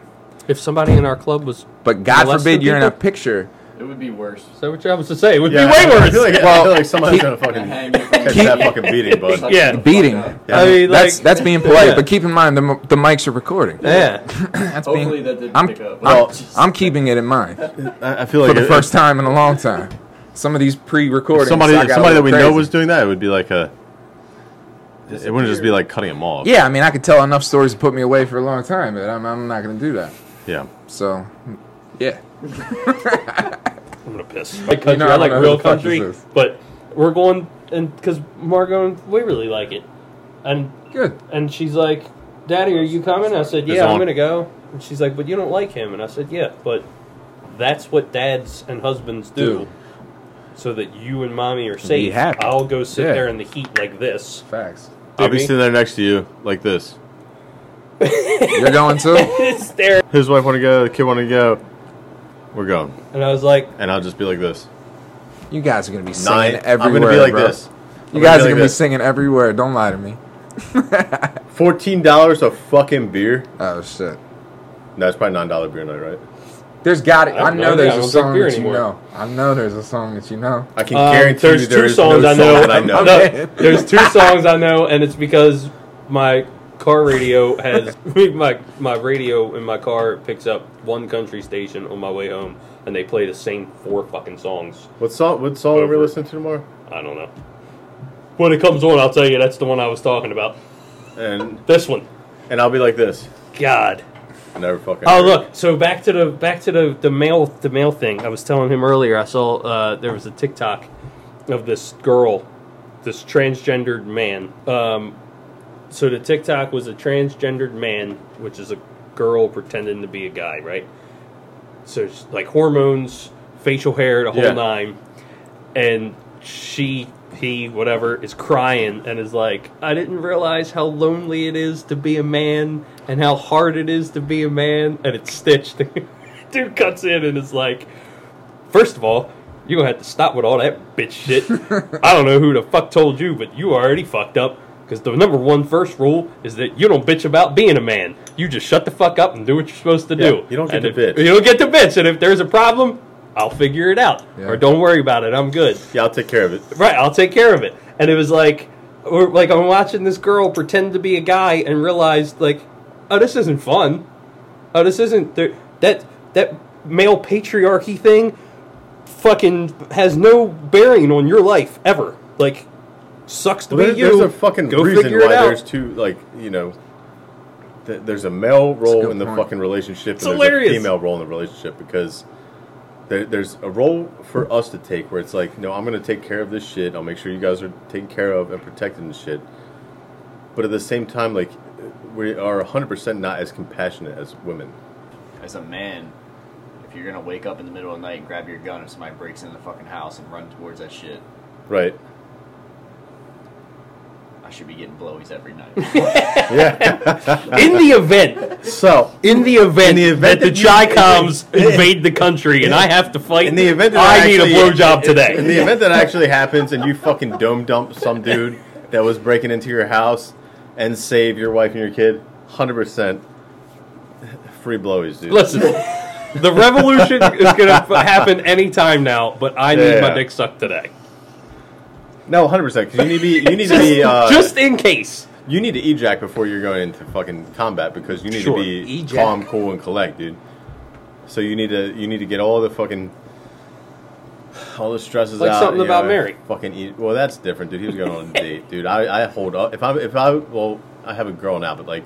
If somebody in our club was,
But God
Molesting
forbid you're in a
people?
picture.
It would be worse.
is that what I was to say? It would
Yeah,
be way
I, I
worse.
feel like, I
Well,
feel like somebody's
he-
gonna fucking
Hang
catch
you from the-
that fucking beating, bud.
Yeah.
Fuck
Beating.
up.
Yeah.
I mean,
that's
like-
that's being polite,
Yeah.
but keep in mind the m- the mics are recording.
yeah.
That's
Hopefully
being,
that didn't
I'm,
pick up.
I'm,
Well-
I'm keeping it in mind.
I, I feel
for
like
the
it-
first time in a long time. Some of these pre-recordings,
if somebody,
I
if
got a
somebody that
little
we know
crazy.
was doing that, it would be like a. It wouldn't just be like cutting them off.
Yeah, I mean, I could tell enough stories to put me away for a long time, but I'm, I'm not going to do that.
Yeah.
So, yeah,
I'm gonna piss. Like country,
know,
I
I
like
don't know who
real
the fuck
country,
this is.
but we're going and because Margot and we really like it, and
good.
And she's like, Daddy, are you coming? I said,
It's
Yeah, I'm
on.
going to go. And she's like, But you don't like him. And I said, Yeah, but that's what dads and husbands do.
Do.
So that you and mommy are safe.
happy.
I'll go sit
Yeah.
there in the heat like this.
Facts.
I'll be
Jimmy?
sitting there next to you like this.
You're going too?
there.
His wife want to go. The kid want to go. We're going,
And I was like,
and I'll just be like this.
You guys are going to be singing
Nine. I'm
everywhere.
gonna be like
bro.
this.
You guys are
like
going to be
this.
singing everywhere. Don't lie to me.
Fourteen dollars a fucking beer.
Oh shit.
No, it's probably nine dollar beer night, right?
There's got.
I
I, I
don't
know
know.
there's
I
a song
don't drink beer
that
anymore.
you know. I know there's a song that you know.
I can
um,
guarantee
There's
you
two
there is
songs
no
I
song
know.
that I know.
I'm
No, there's two songs I know, and it's because my car radio has my my radio in my car picks up one country station on my way home, and they play the same four fucking songs
What song? What song are we
Over.
listening to tomorrow?
I don't know. When it comes on, I'll tell you that's the one I was talking about.
And
This one.
and I'll be like this.
God.
Never fucking.
Oh
heard.
look. So back to the back to the the mail the mail thing. I was telling him earlier. I saw uh, there was a TikTok of this girl, this transgendered man. Um, so the TikTok was a transgendered man, which is a girl pretending to be a guy, right? So it's like hormones, facial hair, the whole
Yeah.
nine, and she. He, whatever, is crying and is like, I didn't realize how lonely it is to be a man and how hard it is to be a man. And it's Stitch. Dude cuts in and is like, First of all, you're gonna have to stop with all that bitch shit. I don't know who the fuck told you, but you already fucked up. Because the number one first rule is that you don't bitch about being a man. You just shut the fuck up and do what you're supposed to do.
Yeah, you don't get
And
to
if-
bitch.
You don't get to bitch, and if there's a problem, I'll figure it out.
Yeah.
Or don't worry about it. I'm good.
Yeah, I'll take care of it.
Right, I'll take care of it. And it was like, or like I'm watching this girl pretend to be a guy and realized like, oh, this isn't fun. Oh, this isn't there, that that male patriarchy thing. Fucking has no bearing on your life ever. Like, sucks to
Well, there-
be you.
there's a fucking
Go
reason
figure
why
it out.
there's two, like you know, th- there's a male role
good
in the
point.
fucking relationship,
It's
and
hilarious.
there's a female role in the relationship because there, there's a role for us to take where it's like, no, I'm gonna take care of this shit. I'll make sure you guys are taken care of and protected and shit. But at the same time, like we are 100 percent not as compassionate as women.
As a man, if you're gonna wake up in the middle of the night and grab your gun if somebody breaks into the fucking house and run towards that shit,
Right.
I should be getting blowies every night.
Yeah.
in the event,
so
in the event,
In the event
that the
that you-
Chi-Coms invade the country and I have to fight,
in the event that
I
it
need a
actually-
blowjob today.
In the event that actually happens and you fucking dome dump some dude that was breaking into your house and save your wife and your kid, 100% free blowies, dude.
Listen, the revolution is going to happen anytime now, but I need my
Yeah.
dick sucked today.
No, 100% cuz you need to be you need to be uh,
Just in case.
You need to ejac before you're going into fucking combat because you need
Sure.
to be
Ejac.
calm, cool, and collect, dude. So you need to you need to get all the fucking all the stresses
Like
out.
something
you
about
know,
Mary.
Fucking eat. Well, that's different, dude. He was going on a date, dude. I, I hold up if I if I well I have a girl now, but like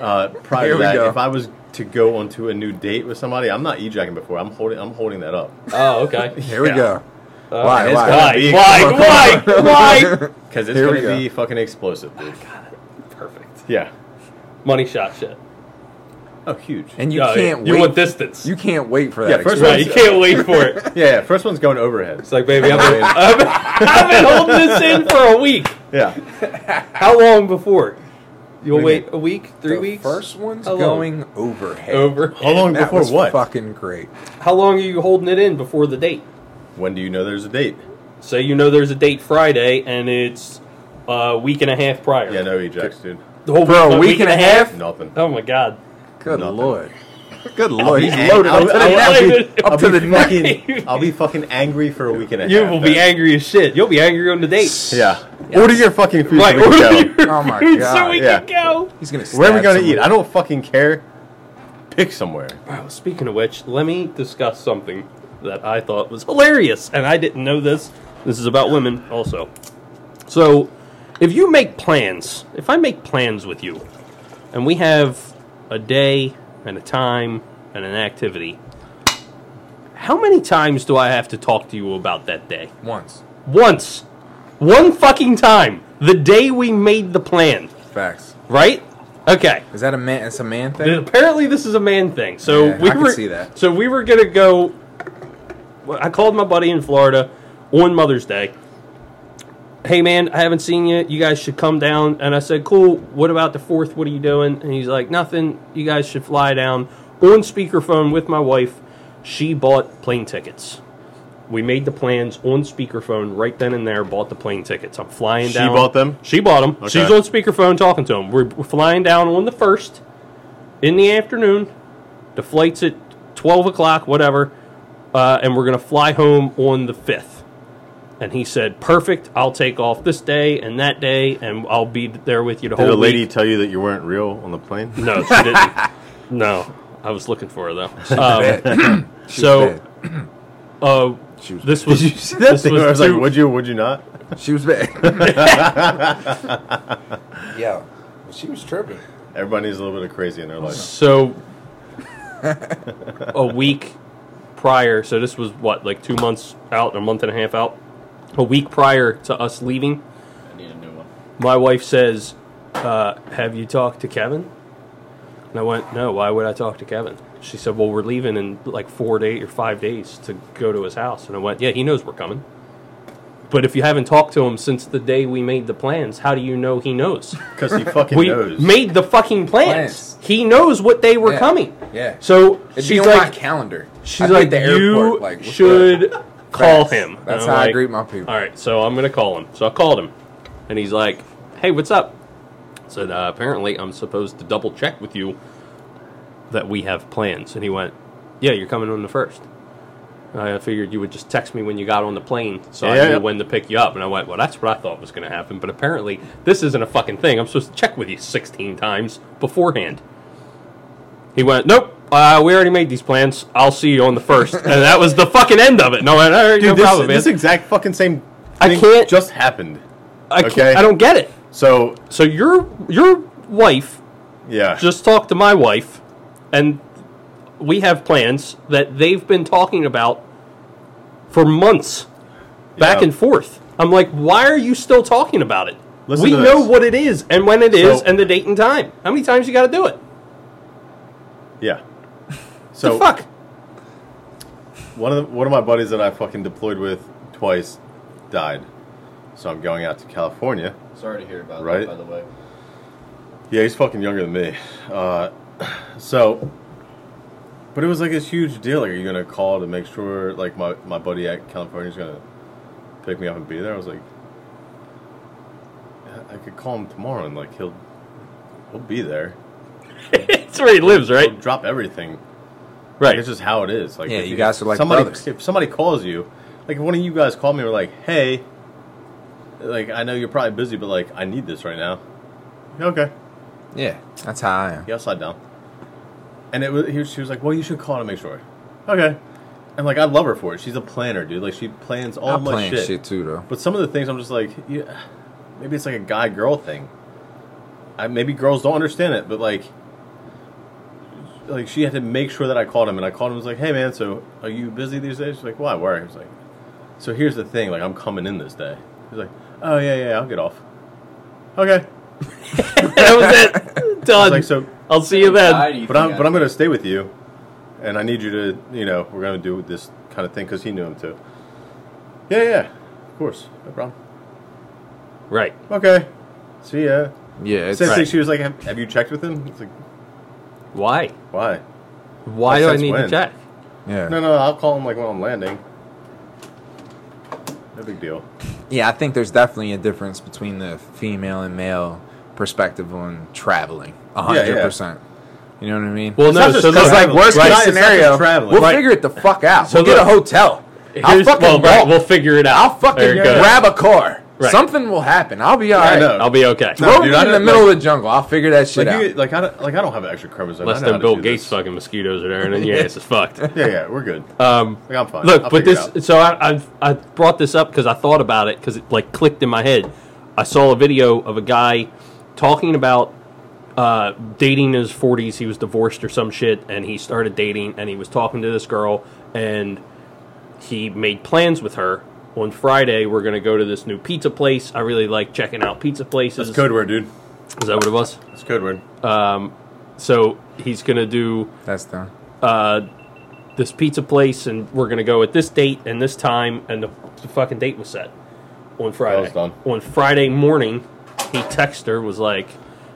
uh, prior
Here
to
we
that,
go.
if I was to go onto a new date with somebody, I'm not ejacking before. I'm holding I'm holding that up
Oh, okay. Uh,
Here we
Yeah.
go. why?
it's
Why?
gonna
Why?
be-
Why? Why? Why?
because it's
Here we
gonna
go.
be fucking explosive, dude.
Perfect.
Yeah.
Money shot shit.
Oh, huge.
And you
Oh, yeah.
can't
You
wait.
want distance.
You can't wait for that.
Yeah, first
right. You can't wait for it.
yeah, yeah. First one's going overhead.
It's like, baby, I've been, I've been, I've been holding this in for a week.
Yeah.
How long before? You'll
do you
wait
mean?
a week, three
The
weeks.
First one's
How long?
going overhead.
over.
How long
That
before
was
what?
Fucking great.
How long are you holding it in before the date?
When do you know there's a date?
Say you know there's a date Friday and it's a week and a half prior.
Yeah, no Ajax, dude.
The whole
For a week and a half?
Nothing.
Oh my god.
Good
Nothing.
lord. Good lord. He's
ang-
loaded
I'll-
up to the
I'll-
neck.
I'll
Up to the neck.
Fucking- I'll be fucking angry for a week and a
You
half.
will be
man.
angry as shit. You'll be angry on the date.
Yeah. Order your fucking food.
Right,
so we
order
can
your
go.
Oh my
food so
God,
we
yeah.
can go.
He's gonna.
Where are we
stab
gonna
someone.
eat? I don't fucking care. Pick somewhere.
Wow, speaking of which, let me discuss something that I thought was hilarious, and I didn't know this. This is about women also. So, if you make plans, if I make plans with you, and we have a day and a time and an activity, how many times do I have to talk to you about that day?
Once.
Once. One fucking time. The day we made the plan,
Facts.
right? Okay.
Is that a man? It's a man
Th-
thing.
Apparently, this is a man thing. So
Yeah,
we
I can
were,
see that.
So we were gonna go. well, I called my buddy in Florida on Mother's Day. Hey man, I haven't seen you. You guys should come down. And I said, cool. What about the fourth? What are you doing? And he's like, nothing. You guys should fly down on speakerphone with my wife. She bought plane tickets. We made the plans on speakerphone right then and there. Bought the plane tickets. I'm flying
She
down.
bought them?
She bought them.
Okay.
She's on speakerphone talking to him. We're we're flying down on the first in the afternoon. The flight's at 12 o'clock, whatever. Uh, and we're going to fly home on the 5th. And he said, Perfect. I'll take off this day and that day, and I'll be there with you the
Did
whole
a lady
week.
tell you that you weren't real on the plane?
No, she didn't. no. I was looking for her, though. Um, so,
bad.
uh,
She was
this was.
Did you see that
this
thing
was
where I was
two-
like, would you, would you not?
She was bad. yeah. She was tripping.
Everybody needs a little bit of crazy in their life.
So, a week prior, so this was what, like two months out, a month and a half out? A week prior to us leaving,
I need a new one.
my wife says, uh, Have you talked to Kevin? And I went, No, why would I talk to Kevin? She said, Well, we're leaving in like four days or five days to go to his house. And I went, Yeah, he knows we're coming. But if you haven't talked to him since the day we made the plans, how do you know he knows?
Because he fucking
we
knows.
made the fucking plans.
Plans.
He knows what they were
Yeah.
coming.
Yeah.
So
It'd be
she's
on my
like,
calendar.
She's
I'd be at
like, you
like, what's
should call
Facts.
him.
That's
And
how
I'm
I
like,
greet my people.
All right, so I'm gonna call him. So I called him, and he's like, "Hey, what's up?" I said, uh, "Apparently, I'm supposed to double check with you that we have plans." And he went, "Yeah, you're coming on the first. I figured you would just text me when you got on the plane, so I
Yeah,
knew
yeah.
when to pick you up." And I went, "Well, that's what I thought was gonna happen, but apparently, this isn't a fucking thing. I'm supposed to check with you 16 times beforehand." He went, "Nope." Uh, we already made these plans. I'll see you on the first, and that was the fucking end of it. No, I went, "All right,
Dude,
no
this,
problem, man.
this exact fucking same
I
thing
can't-
just happened.
I, can't-
Okay.
I don't get it.
So,
So your your wife
yeah.
just talked to my wife, and we have plans that they've been talking about for months, back
Yeah.
and forth. I'm like, why are you still talking about it?
Listen
we
to
know
this.
what it is and when it is
So-
and the date and time. How many times you got to do it?
Yeah. So
the fuck.
one of the, one of my buddies that I fucking deployed with twice died, so I'm going out to California.
Sorry to hear about
Right?
that, by the way.
Yeah, he's fucking younger than me. Uh, so, but it was like this huge deal. Like, are you gonna call to make sure like my my buddy at California's gonna pick me up and be there? I was like, I I could call him tomorrow and like he'll he'll be there.
it's where he lives, right?
He'll drop everything.
Right.
It's just how it is. Like,
Yeah,
if
you guys are like
somebody,
brothers.
If somebody calls you, like if one of you guys called me, and were like, "Hey, like I know you're probably busy, but like I need this right now," Okay.
Yeah, that's how I am.
Yeah, I'll slide down. And it was, he was, she was like, well, you should call to make sure. Okay. And like, I love her for it. She's a planner, dude. Like, she plans all
I
my
plan shit.
shit.
too, though.
But some of the things I'm just like, yeah, maybe it's like a guy girl thing. I, maybe girls don't understand it, but like, like she had to make sure that I called him, and I called him. and was like, hey man, so are you busy these days? She's like, why? Where? I was like, so here's the thing, like I'm coming in this day. He's like, oh yeah, yeah, I'll get off. Okay,
that was it.
I was
Done.
like so,
I'll see you then.
Anxiety
but I'm
thing,
but
I
I'm gonna stay with you, and I need you to, you know, we're gonna do this kind of thing because he knew him too. Yeah, yeah, of course, no problem.
Right.
Okay, see ya.
Yeah, it's
Same
right.
thing. She was like, have, have you checked with him? It's like,
Why?
why? Well,
Why do I
since
need to
when?
check?
yeah.
No, no, I'll call him like when I'm landing. No big deal.
Yeah, I think there's definitely a difference between the female and male perspective on traveling. A
Yeah,
hundred
yeah.
percent. You know what I mean?
Well, no.
just
So
because
Because
look,
like
traveling.
worst
Right,
case
it's not just
scenario,
traveling.
we'll
Right.
figure it the fuck out.
So
we'll get a
look,
hotel. I'll
here's-
fucking
well, right,
walk.
we'll figure it out.
I'll fucking
There you go.
grab a car.
Right.
Something will happen. I'll be all
I
right.
know.
I'll be okay.
No,
Throw
dude,
me
I
in the
don't-
middle of the jungle. I'll figure that shit
Like,
out.
you, like I don't, like I don't have an extra chromosome. I
Unless
know how
them
to
Bill
do
Gates
this.
fucking mosquitoes are there, and then yeah, it's just fucked.
Yeah, yeah, we're good.
Um,
Like, I'm fine.
Look,
I'll
but
figure it
this.
out.
So I, I've I brought this up because I thought about it because it like clicked in my head. I saw a video of a guy talking about uh, dating in his forties. He was divorced or some shit, and he started dating, and he was talking to this girl, and he made plans with her. On Friday, we're gonna go to this new pizza place. I really like checking out pizza places.
That's code word, dude.
Is that what it was?
That's code word.
So he's gonna do
That's done.
this pizza place and we're gonna go at this date and this time and the, the fucking date was set on Friday.
was done.
On Friday morning, he texted her was like,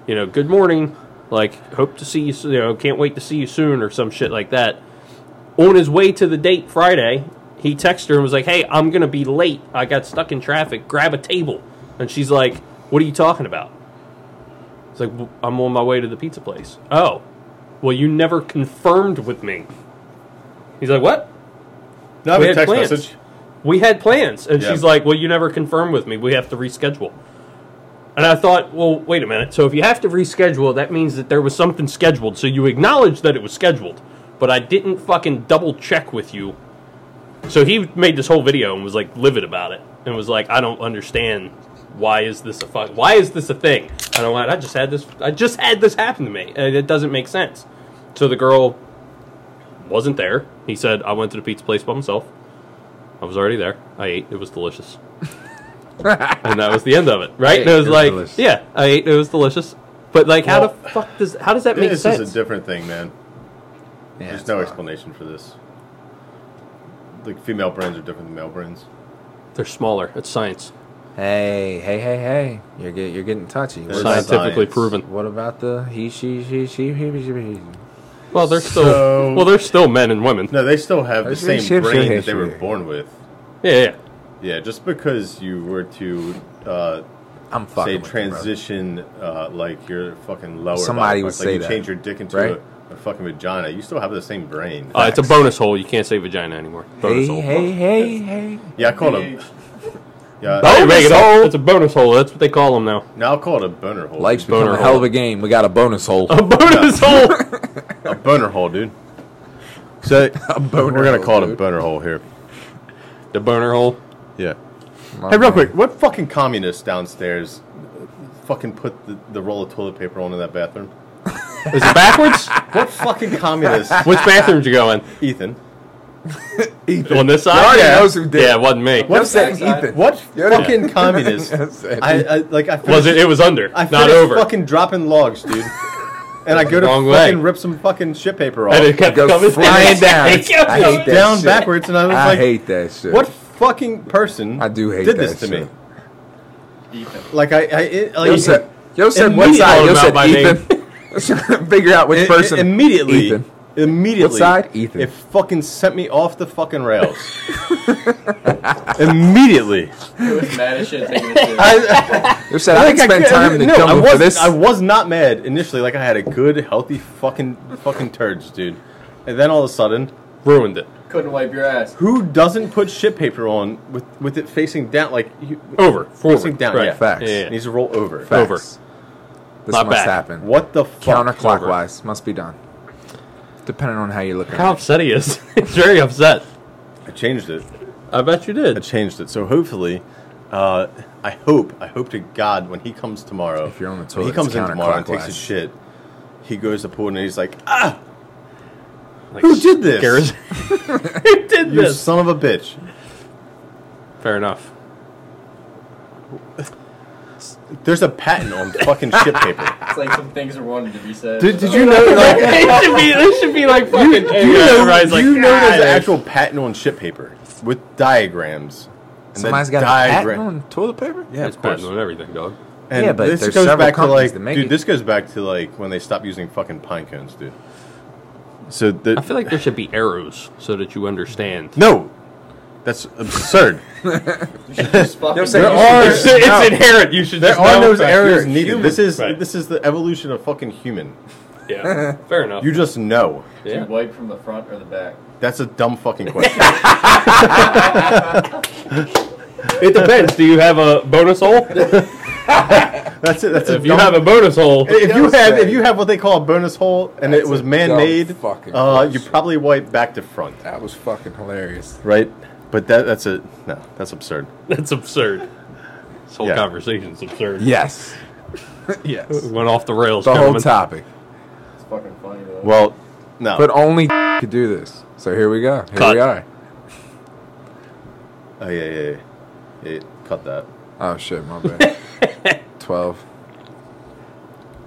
you know, good morning, like hope to see you, so- you know, can't wait to see you soon or some shit like that. On his way to the date Friday, he texted her and was like, hey, I'm gonna be late. I got stuck in traffic. Grab a table. And she's like, what are you talking about? It's like "Well, I'm on my way to the pizza place. Oh, well, you never confirmed with me. He's like, what?
No, I have
we
a
had
text
plans.
message.
We had plans. And
Yeah.
she's like, Well, you never confirmed with me. We have to reschedule. And I thought, Well, wait a minute. So if you have to reschedule, that means that there was something scheduled. So you acknowledged that it was scheduled, but I didn't fucking double check with you. So he made this whole video and was like livid about it and was like, I don't understand. Why is this a fuck? Why is this a thing? And I'm like, I just had this. I just had this happen to me, and it doesn't make sense. So the girl wasn't there. He said, I went to the pizza place by myself. I was already there. I ate. It was delicious. and that was the end of it, right?
Hey,
and it was
it was
like,
delicious.
yeah, I ate. It was delicious. But like, how
Well,
the fuck does how does that make
This
sense?
is a different thing, man.
Yeah,
There's
it's
no
fine.
explanation for this. Like female brains are different than male brains.
They're smaller. It's science,
Hey, hey, hey, hey! You're get, you're getting touchy. What
It's
about,
scientifically
science.
proven.
what about the he, she, she, she, he, she, she?
Well, they're still
So-
well, they're still men and women.
No, they still have the
That's really shapeshift
same brain that they
history.
were born with.
Yeah, yeah.
Yeah, just because you were to uh,
I'm fucking
say
with you, bro.
transition, uh, like your fucking lower.
Somebody
body
would
parts, like
say
you
that,
change your dick into
right?
a, a fucking vagina. You still have the same brain.
Uh, it's a bonus hole. You can't say vagina anymore.
Hey,
Bonus hole.
hey, hey, hey!
yeah, I call it. A, yeah,
I didn't make it up.
Bonus hole.
It's a bonus hole. That's what they call them now.
now I call it a boner hole.
Life's
dude.
become
Boner
a hell of
hole.
a game. We got a bonus hole.
A bonus hole.
a boner hole, dude. So
boner
we're gonna
hole,
call it a
dude.
boner hole here.
The burner hole.
Yeah.
My
Hey, real
man.
quick, what fucking communist downstairs fucking put the, the roll of toilet paper on in that bathroom?
Is it backwards?
What fucking communist?
Which bathrooms you go in?
Ethan.
On this side?
You already
yeah.
knows who did it.
Yeah, it wasn't me.
I'm saying
backside.
Ethan.
What
Yeah.
fucking communist?
That's it.
I, I like I
Was
finished-
it? It was under,
I
not
finished
over.
fucking dropping logs, dude. and I go to
Wrong
fucking
way.
rip some fucking shit paper off.
and it kept
It goes
coming
flying down.
It kept
I hate
coming
that
down
shit.
backwards, and I was
I
like,
hate that shit.
"What fucking person?
I do hate
did
that
this to
shit.
me." Like I, I it, like,
Yo said, yo said what
Immediately
side? Yo
called him out by
said Ethan. Figure out which
it- it-
person.
immediately,
Ethan.
immediately,
What side? Ethan.
It fucking sent me off the fucking rails. immediately,
was mad as shit taking it to-
I,
Yo said I,
I
spent
could-
time in the
no, I
jungle
was,
for this.
I was not mad initially. Like I had a good, healthy fucking fucking turds, dude. And then all of a sudden,
Ruined it.
Couldn't wipe your ass.
who doesn't put shit paper on with with it facing down? Like you,
Over. Forward.
Facing down,
Right.
Oh, yeah.
Facts.
Yeah, yeah,
it
yeah.
needs to roll over.
Facts.
over.
This
Not
must
bad.
happen.
What the fuck?
Counterclockwise must be done. Depending on how you look
Look
at
how
it.
upset he is. He's very upset.
I changed it.
I bet you
I
did.
changed it. So hopefully, uh, I hope, I hope to God when he comes tomorrow.
If you're on the
when
toilet,
he comes
it's
in tomorrow and takes
counterclockwise.
his shit. He goes to pool and he's like, ah,
Like,
who did this?
Garrison- Who did
You
this?
son of a bitch.
Fair enough.
There's a patent on fucking shit paper.
It's like some things are wanted to be said.
Did, did you know? Like,
it should be. It should be like fucking.
you know,
Everybody's like, "Ah,
you know "Ah, there's an
"God."
actual patent on shit paper with diagrams. And
Somebody's
that
got a patent
diagra-
on toilet paper?
Yeah,
it's
of course.
patent on everything, dog.
And
Yeah, but
this
there's
goes
several
back to
companies
like,
that make
dude,
it.
this goes back to like when they stopped using fucking pine cones, dude. So the,
I feel like there should be arrows so that you understand.
no, that's absurd.
Just fucking-
They're saying-
are-
It's- it's
no.
inherent. You should.
there are no errors needed.
human.
This is
Right.
this is the evolution of fucking human.
Yeah. Fair enough.
You just know.
Do you
yeah.
wipe from the front or the back?
That's a dumb fucking question.
It depends. Do you have a bonus hole?
that's it. That's a
if you
dumb-
have a bonus hole,
If you
Those
have if
things.
you have what they call a bonus hole and
That's
it was
a dumb
man made,
fucking
uh, you
question.
probably wipe back to front,
That was fucking hilarious.
right? But that that's a no. That's absurd.
that's absurd. This whole
Yeah.
conversation's absurd.
Yes. yes.
We went off the rails.
The whole
gentlemen.
topic.
It's fucking funny though.
Well, no.
But only could do this. So here we go. Here
Cut.
we are.
oh yeah, yeah, yeah. yeah cut that.
Oh shit, my bad. Twelve.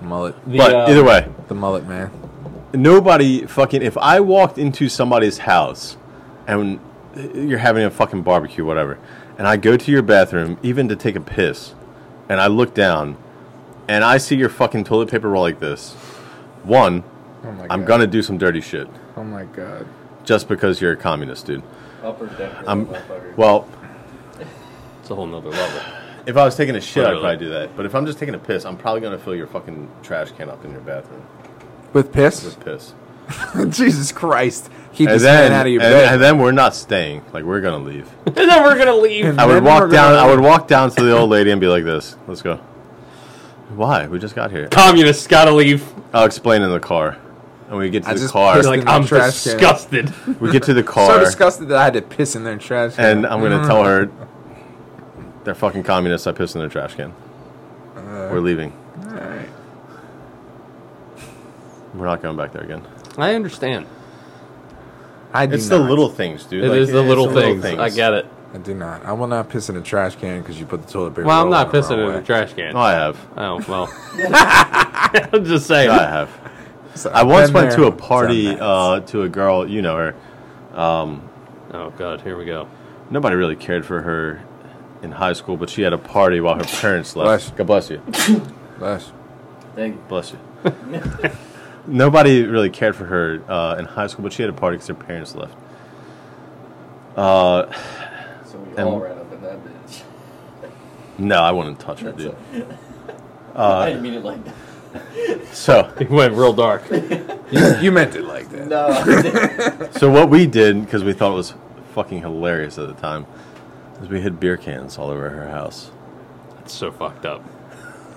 Mullet.
The,
but
uh,
either way,
The mullet man.
nobody fucking. If I walked into somebody's house and you're having a fucking barbecue, whatever, and I go to your bathroom even to take a piss, and I look down and I see your fucking toilet paper roll like this, one,
Oh my god.
I'm gonna do some dirty shit
Oh my god.
just because you're a communist, dude.
Upper decker,
I'm
motherfucker.
well.
it's a whole nother level.
If I was taking a shit,
Literally.
I'd probably do that. But if I'm just taking a piss, I'm probably gonna fill your fucking trash can up in your bathroom
With piss?
with piss.
Jesus Christ. Keep
And
this
then,
man out of your
and-
bed.
and then we're not staying. Like we're gonna leave.
and then we're gonna leave.
And
I would
then
walk
we're
down.
gonna-
I would walk down to the old lady and be like, "This, let's go." Why? We just got here.
Communists gotta leave.
I'll explain in the car. And we get to
I
the
just
car.
pissed
Like
In the
I'm
trash can.
disgusted.
we get to the
so
car,
disgusted that I had to piss in their trash. can.
and I'm gonna tell her they're fucking communists. I pissed in their trash can.
Uh-huh.
we're leaving.
Alright.
We're not going back there again.
I understand.
I do
It's
not.
the little things, dude.
It is
Like,
the
it's
little things. I get it.
I do not. I will not piss in a trash can because you put the toilet paper.
Well, I'm
roll
not
in the wrong
pissing in
way.
the trash can.
No, I have.
Oh well. I'm just saying.
No, I have.
So
I
I've
once
been
went
there,
to a
done
party
that.
uh, to a girl, you know her.
Oh god, here we go.
Nobody really cared for her in high school, but she had a party while her parents left.
Bless.
God bless you.
Bless.
Thank you.
Bless you. Nobody really cared for her uh, in high school, but she had a party because her parents left. Uh,
So we
And-
all ran up in that bitch.
no, I wouldn't touch her,
That's
dude.
I didn't mean it like that.
So,
It went real dark.
You, you meant it like that.
No, I didn't.
so what we did because we thought it was fucking hilarious at the time is we hid beer cans all over her house.
That's so fucked up.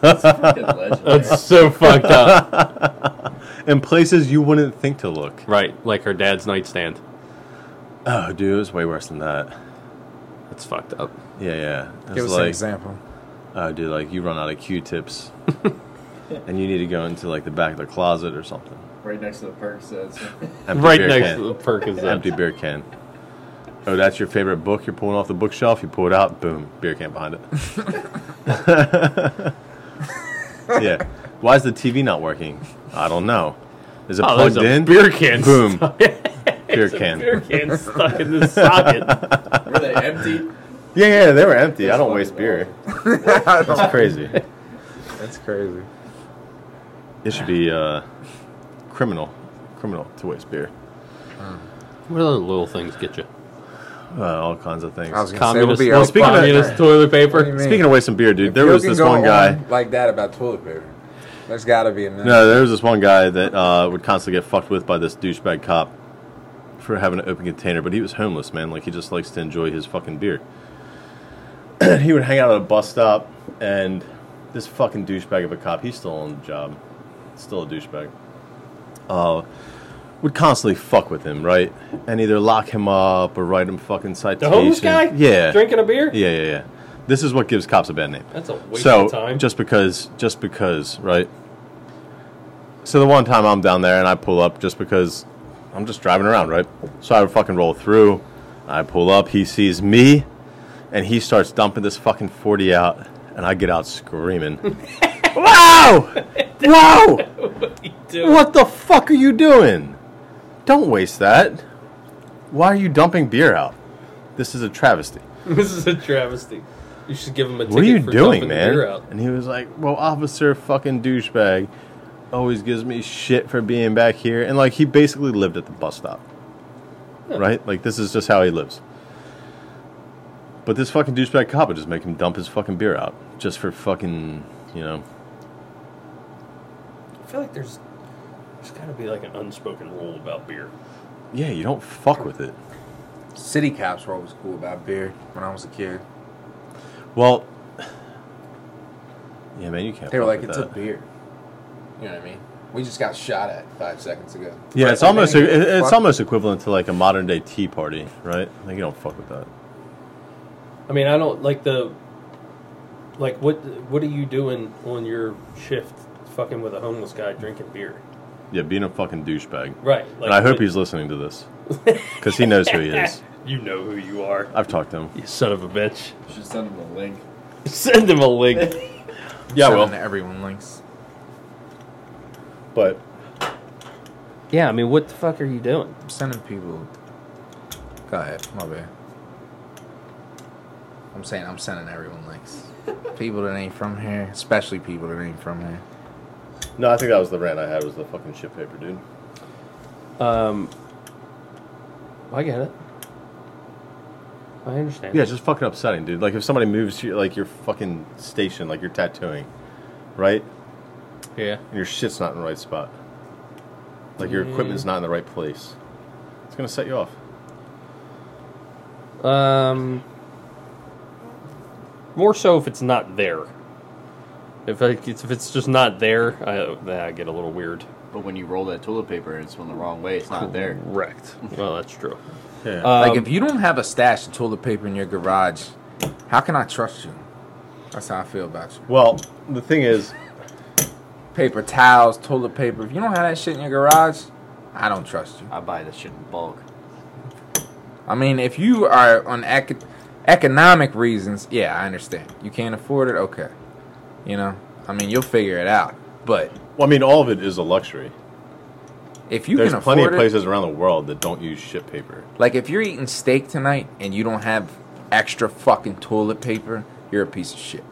Fucking legendary.
That's so fucked up.
in places you wouldn't think to look.
Right, like her dad's nightstand.
Oh, dude, it was way worse than that.
That's fucked up.
Yeah, yeah. It
Give us
was
an
like,
example.
oh, dude, like you run out of Q-tips, and you need to go into like the back of the closet or something.
right next to the perk says.
Empty
right
beer
next
can.
to the Perkins.
empty beer can. Oh, that's your favorite book. You're pulling off the bookshelf. You pull it out. Boom, beer can behind it. yeah. Why is the TV not working? I don't know. Is it
Oh,
plugged
there's a
in?
beer can.
Boom. Beer
There's a
can.
Beer can stuck in the socket.
Were they empty?
Yeah, yeah, they were empty. I don't
Fucking
waste beer.
That's
That's crazy.
crazy.
It should be uh, criminal, criminal to waste beer.
What other little things get you?
Uh, all kinds of things.
I was gonna say we'll
Communist,
be
well,
out
speaking
by-
communist toilet
What do you
paper.
mean?
Speaking of wasting beer, dude,
If
there
you
was
can
this
go
one guy.
on like that about toilet paper. There's got to be a minute.
No, there was this one guy that uh, would constantly get fucked with by this douchebag cop for having an open container, but he was homeless, man. Like he just likes to enjoy his fucking beer. he would hang out at a bus stop, and this fucking douchebag of a cop, he's still on the job, still a douchebag. Uh, would constantly fuck with him, right? And either lock him up or write him fucking
The
citation.
homeless guy?
Yeah.
Drinking a beer?
Yeah, yeah, yeah. This is what gives cops a bad name.
That's a waste
so
of time.
just because, just because, right? So the one time I'm down there and I pull up just because I'm just driving around, right? So I fucking roll through. I pull up. He sees me, and he starts dumping this fucking forty out, and I get out screaming. wow! Wow!
Dude,
What the fuck are you doing? Don't waste that. Why are you dumping beer out? This is a travesty.
This is a travesty. You should give him a ticket
What are you
for
doing,
dumping the
man?
beer out.
And he was like, Well, officer fucking douchebag always gives me shit for being back here. And like, he basically lived at the bus stop. Right? Like, this is just how he lives. But this fucking douchebag cop would just make him dump his fucking beer out just for fucking, you know.
I feel like there's there's got to be like an unspoken rule about beer.
Yeah, you don't fuck with it.
City cops were always cool about beer when I was a kid.
Well, yeah, man, you can't.
They were
fuck
like,
with
it's
that.
a beer. You know what I mean? We just got shot at five seconds ago.
Yeah, it's almost
Fuck.
it- it's almost equivalent to like a modern day tea party, right? Like you don't fuck with that.
I mean, I don't like the like what what are you doing on your shift fucking with a homeless guy drinking beer?
Yeah, being a fucking douchebag.
Right.
and I hope he's listening to this because he knows who he is.
You know who you are.
I've talked to him.
You son of a bitch.
Should send them a link.
Send him a link.
Yeah,
Send them
well,
to everyone links.
but
yeah, I mean, what the fuck are you doing?
I'm sending people. Go ahead, my bad. I'm saying I'm sending everyone links. people that ain't from here, especially people that ain't from here.
no, I think that was the rant I had was the fucking shit paper, dude.
Um, I get it. I understand.
Yeah, it's just fucking upsetting, dude. Like if somebody moves to like your fucking station, like you're tattooing, right?
Yeah.
And your shit's not in the right spot. Like your
Yeah.
equipment's not in the right place. It's gonna set you off.
Um, more so if it's not there. If like it's, if it's just not there, I, then I get a little weird.
But when you roll that toilet paper and it's going the wrong way, it's not there.
Correct. Well, that's true.
Yeah.
like,
Um,
if you don't have a stash of toilet paper in your garage, how can I trust you? That's how I feel about you.
well, the thing is.
Paper towels, toilet paper. If you don't have that shit in your garage, I don't trust you.
I buy this shit in bulk.
I mean, if you are on eco- economic reasons, yeah, I understand. You can't afford it, okay. You know, I mean, you'll figure it out. But
Well, I mean, all of it is a luxury.
if you
There's
can
plenty
afford
of
it,
places around the world that don't use shit paper.
like if you're eating steak tonight and you don't have extra fucking toilet paper, you're a piece of shit.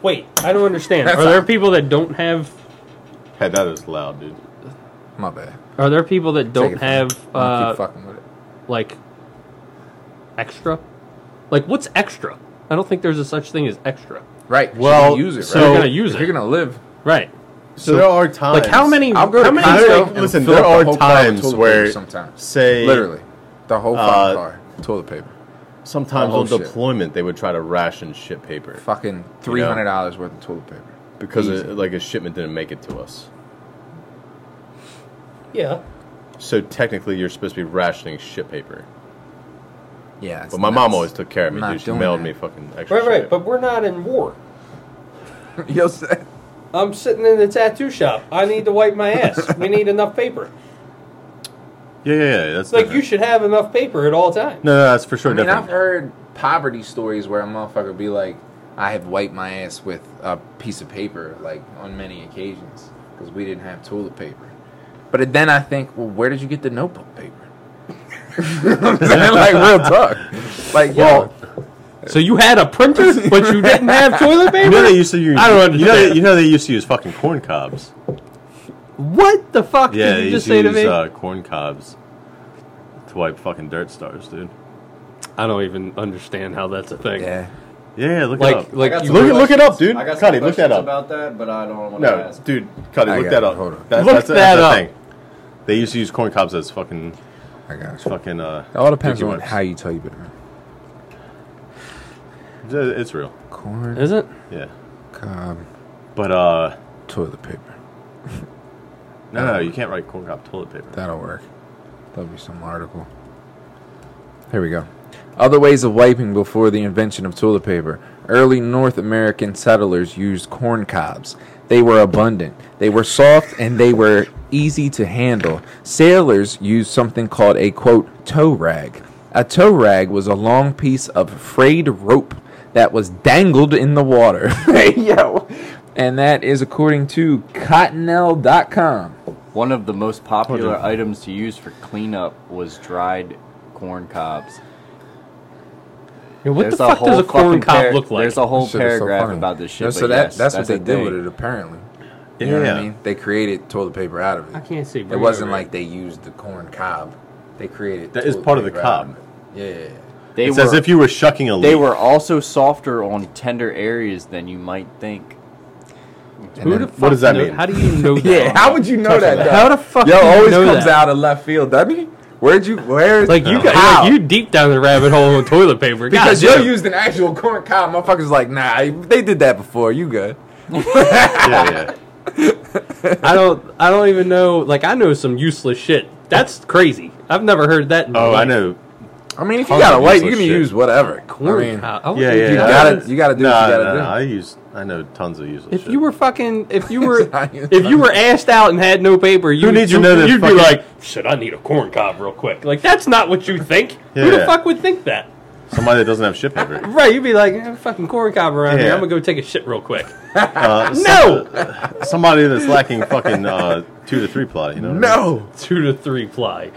Wait, I don't understand.
That's
are there
not-
people that don't have?
Hey, that is loud, dude.
My bad.
Are there people that
Take
don't
it from me.
have
I'm gonna keep
uh,
fucking with it.
like extra? Like what's extra? I don't think there's a such thing as extra.
Right. you're
well,
gonna use it.
so-
right?
You're gonna use
If
it.
You're gonna live.
Right.
So, there are times.
Like how many?
I'll go
how
to
many?
Costco.
Costco.
Like,
and
listen,
fill
there
up the
are
whole car with
times
toilet paper
where-
sometimes,
Say
literally, the whole fucking
Uh,
car, toilet paper,
Sometimes
Oh,
on
shit.
deployment, they would try to ration shit paper
fucking three hundred dollars worth of toilet paper.
because
Easy.
it, like a shipment didn't make it to us.
Yeah.
So technically, you're supposed to be rationing shit paper.
Yeah, it's
But my
nuts.
mom always took care of me.
Not
Dude. She
doing
mailed
that.
me fucking extra.
Right, right.
shit.
But we're not in war.
Yo, say-
I'm sitting in the tattoo shop. I need to wipe my ass. we need enough paper.
yeah, yeah, yeah. That's
It's like
different.
you should have enough paper at all times.
No, no, that's for sure
I mean, I've
different.
heard poverty stories where a motherfucker be like, "I have wiped my ass with a piece of paper," like on many occasions because we didn't have toilet paper. But then I think, well, where did you get the notebook paper? I'm saying, like real talk. Like, well,
So you had a printer, but you didn't have toilet paper.
You know they used to use.
I don't
You know, they,
understand.
you know they used to use fucking corn cobs.
What the fuck
Yeah,
did
they
you just
used
say
to
to me?
use uh, corn cobs to wipe fucking dirt stars, dude.
I don't even understand how that's a thing.
yeah,
Yeah, look
Like-
it up.
like-
I got some
look, it- look it up,
questions-
dude.
I got some
Cuddy, look that
questions
up.
about that, but I don't want to
no,
ask.
dude, Cuddy,
I
look
got
that
it.
up.
Hold on.
That's,
Look
that's,
that
that's the
up.
thing. They used to use corn cobs as fucking
I got you.
fucking. Uh,
It all depends
dookie
on
wipes.
how you type it.
It's- It's real.
Corn
Is it?
Yeah.
Um,
But uh,
toilet paper.
no, no, you can't write corn cob toilet paper.
That'll work. That'll be some article. Here we go. Other ways of wiping before the invention of toilet paper. Early North American settlers used corn cobs. They were abundant, they were soft, and they were easy to handle. Sailors used something called a quote tow rag. A tow rag was a long piece of frayed rope that was dangled in the water. Yo. And that is according to cottonelle.com.
One of the most popular items to use for cleanup was dried corn cobs.
what
There's
the fuck does a corn
fucking
cob
par-
look like?
There's a whole
Shit is so
paragraph
funny.
about this shit.
No,
but
so that,
yes,
that's, what they
the
did
thing.
with it, apparently.
Yeah,
You know what I mean? They created toilet paper out of
I
it.
can't see.
It wasn't like they used the corn cob. They created
That is
toilet
part of the
paper out
cob.
of it. Yeah.
They
it's
were,
as if you were shucking a leaf.
they were also softer on tender areas than you might think.
And then-
what does that
know-
mean?
How do you know that?
yeah. How would you know that? though?
How the fuck
Yo
do you
always
know
comes
that?
out of left field, doesn't he? Where'd you? Where?
Like you, got,
How?
like you deep down the rabbit hole on toilet paper.
because
God
you
damn.
used an actual corn cob. Motherfuckers like, nah, they did that before. You good?
yeah, yeah.
I don't. I don't even know. Like I know some useless shit. That's crazy. I've never heard that. In my
Oh, I
life.
know.
I mean, if you
Tons
got to
of
wipe, you're
useless
gonna
shit.
use whatever.
Corn
I mean,
cob. I would
Yeah,
think
yeah.
you
you'd
I-
gotta, you gotta do
No,
what you
no,
gotta
no.
do.
I use. I know tons of useless.
If
shit.
you were fucking, if you were,
I-
if you were assed out and had no paper, you,
Who needs to
you,
know that
You'd be
fucking-
like, "Shit, I need a corn cob real quick." Like that's not what you think. Who the
Yeah.
fuck would think that?
somebody that doesn't have shit paper,
Right? You'd be like, eh, "Fucking corn cob around here.
Yeah.
I'm gonna go take a shit real quick."
uh, some-
no,
somebody that's lacking fucking uh, two to three ply. You know. what I mean?
No.
two to three ply.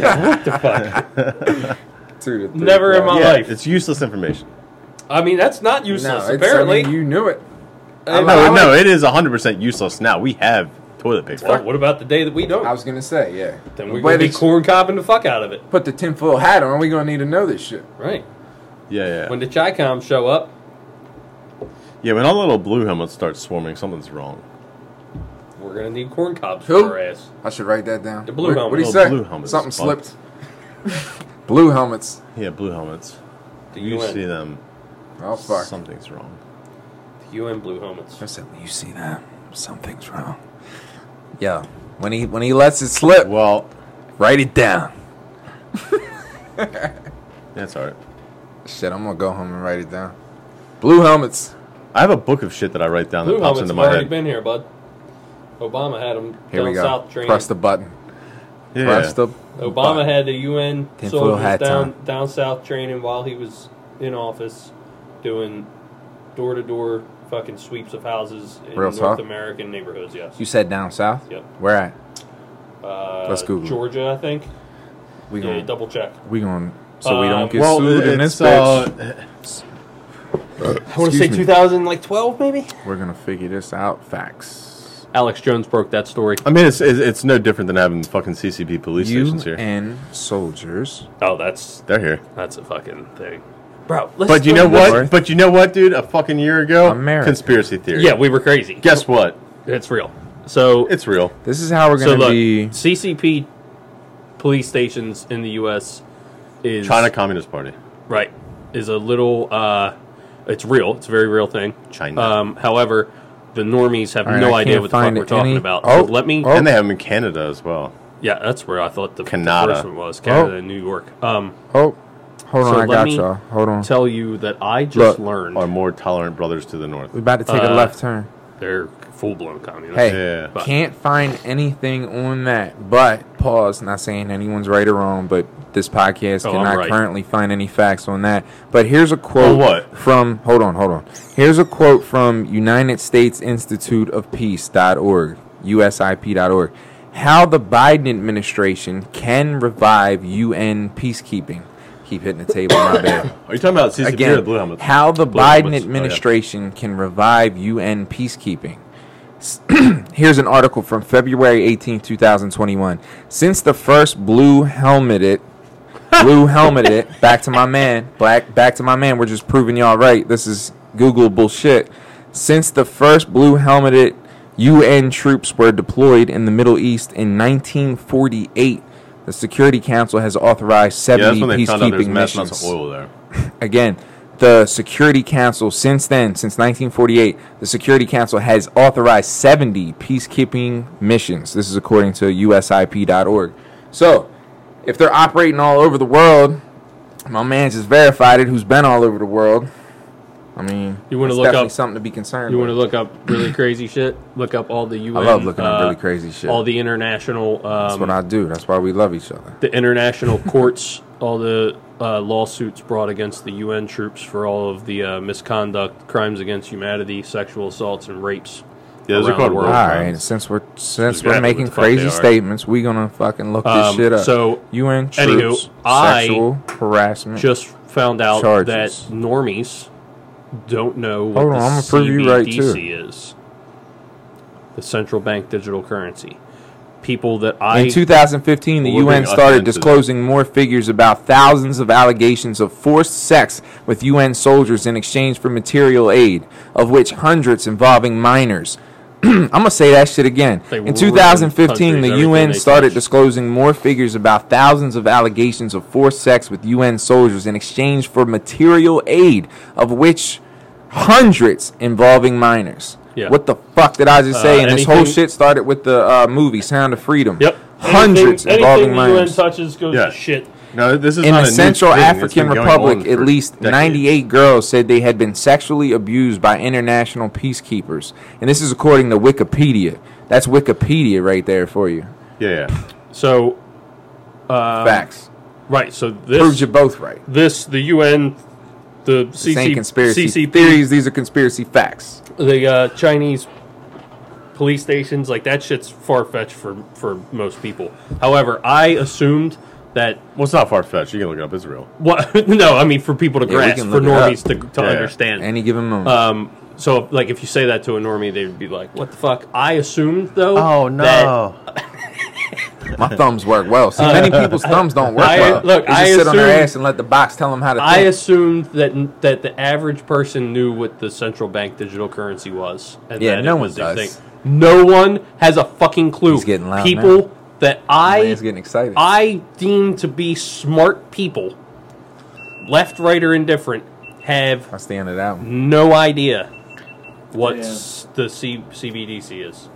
what the fuck?
Two to three
Never in
ply.
my
Yeah,
life.
it's useless information.
I mean, that's not
No,
useless.
it's- I
apparently.
mean, you knew it.
I
I
No,
like-
no, it is 100% useless now. We have toilet paper.
Well, what about the day that we don't?
I was gonna say, yeah.
then we're
But
gonna be
it's-
corn cobbing the fuck out of it.
put the tinfoil hat on, we gonna need to know this shit.
Right.
Yeah, yeah.
When the chi coms show up,
yeah, when our little blue helmets start swarming, something's wrong.
we're gonna need corn cobs
Who?
for our ass.
I should write that down.
The blue
What-
helmet.
What'd he
Oh,
say?
blue helmets.
Something
Fuck.
slipped. blue helmets.
Yeah, blue helmets.
The
You
UN,
see them,
Oh fuck.
something's wrong.
the UN blue helmets.
I said, you see that? Something's wrong. Yo, when he when he lets it slip,
Well,
write it down.
that's all right.
Shit, I'm gonna go home and write it down. Blue helmets.
I have a book of shit that I write down
Blue
that pops into
helmets have
my
already
head.
been here, bud. Obama had them
Here
down
we go.
south training.
Press the button.
yeah,
Press the.
Obama
button.
had the UN
Tinfoil
soldiers
hat
down
time.
down south training while he was in office, doing door to door fucking sweeps of houses in
Real
North
talk?
American neighborhoods. Yes.
You said down south.
Yep.
Where at?
Uh,
Let's Google it.
Georgia, I think.
We
Yeah,
gonna
double check.
we gonna so we
Um,
don't get
well,
sued in
it's,
this
uh,
bitch.
I want to say 2000, like 12, maybe.
We're gonna figure this out. Facts.
Alex Jones broke that story.
I mean, it's, it's it's no different than having fucking CCP police
You
stations here.
and soldiers.
Oh, that's
They're here.
that's a fucking thing, bro. Let's
But you know
Let's-
what? But you know what, dude? A fucking year ago,
America.
conspiracy theory.
Yeah, we were crazy.
Guess what?
it's real. So
It's real.
This is how we're
so
gonna
look,
be.
CCP police stations in the U.S. is
China Communist Party.
right is a little. uh It's real. It's a very real thing.
China.
Um, however, the normies have
All right,
no
I
idea
can't
what the fuck
find
we're talking
any-
about.
Oh,
so let me.
oh.
And they have them in Canada as well.
Yeah, that's where I thought the, the
Canada.
first one was Canada and New York. Um,
Oh, hold on.
So
I
let
got
me
y'all. Hold on.
tell you that I
Look. um,
just learned
Our more tolerant brothers to the north.
We're about to take a
Uh,
left turn.
they're full blown communists.
Hey,
Yeah.
But-
can't find anything on that. But pause. Not saying anyone's right or wrong, but this podcast
Oh, I'm
cannot
right.
currently find any facts on that. But here's a quote
On what?
from. Hold on, hold on. Here's a quote from United States Institute of Peace.org, USIP.org. How the Biden administration can revive UN peacekeeping. Keep hitting the table, my bad.
Are you talking about CCP or the
again
Blue Helmets?
how the
Blue
Biden
Helmets, oh, yeah.
administration can revive UN peacekeeping. S- Here's an article from February 18, 2021. Since the first blue helmeted blue helmeted back to my man, black back to my man, we're just proving y'all right. This is Google bullshit. Since the first blue helmeted UN troops were deployed in the Middle East in 1948, the Security Council has authorized
Yeah,
70
that's when they found out there's
peacekeeping
mass amounts of
missions.
oil there.
Again, the Security Council since then, since 1948, the Security Council has authorized 70 peacekeeping missions. This is according to USIP.org. So, if they're operating all over the world, my man just verified it. Who's been all over the world? I mean,
You wanna
it's
look
definitely
up-
something to be concerned.
You want to
with.
look up really crazy shit? Look up all the UN.
I love looking up
uh,
really crazy shit.
All the international,
That's what
um,
I do. That's why we love each other.
the international courts, all the uh, lawsuits brought against the UN troops for all of the uh, misconduct, crimes against humanity, sexual assaults, and rapes.
Yeah, those are
around
called
the
All
world.
world
right,
crimes.
since we're since
Exactly
we're making
what the fuck they
crazy
are.
statements, we gonna fucking look this
Um,
shit up.
so,
UN
anywho,
troops,
I
sexual harassment.
Just found out
Charges.
that normies don't know what
Hold
the
on, I'm gonna prove you right, too.
CBDC is, the central bank digital currency. People that I
In 2015, the
Well, we're
UN
being
started
ushered into-
disclosing more figures about thousands of allegations of forced sex with UN soldiers in exchange for material aid, of which hundreds involving minors. I'm gonna say that shit again.
They
In
ruin
2015,
countries,
the
everything
UN
they
started
touch.
disclosing more figures about thousands of allegations of forced sex with UN soldiers in exchange for material aid, of which hundreds involving minors.
Yeah.
What the fuck did I just say?
Uh,
and this whole
anything-
shit started with the uh, movie Sound of Freedom.
Yep.
Hundreds
anything,
involving
anything the UN
minors.
touches goes
Yeah.
to shit.
No, this is
In
not
the
a new
Central
thing. It's
African
been going
Republic,
on
at
for
least
decades.
98 girls said they had been sexually abused by international peacekeepers. And this is according to Wikipedia. That's Wikipedia right there for you.
Yeah, yeah.
So
Facts.
right, so
Proves
Uh, this
you both right.
this the UN, the
This ain't
CC,
conspiracy
CCP,
theories. These are conspiracy facts.
the uh, Chinese police stations, like that shit's far fetched for for most people. However, I assumed that
Well, it's not far fetched. You can look it up. It's real.
what no, I mean for people to
we
grasp,
can
for
look it up.
normies to, to
Yeah.
understand.
Any given moment.
Um, so like if you say that to a normie, they'd be like, "What the fuck?" I assumed though.
Oh,
that
That,
My thumbs work well. See, many people's thumbs don't work
uh, I-
well.
look,
they just
I
sit on their
assume-
ass and let the box tell them how to
I
think.
assumed that that the average person knew what the central bank digital currency was. And
Yeah,
that
no
it
one
was a
does.
thing. No one has a fucking clue.
He's getting loud
people
now.
that
Man's
I
getting excited.
I deem to be smart people, left, right, or indifferent, have
That's the end of that one.
no idea what s- the C- CBDC is.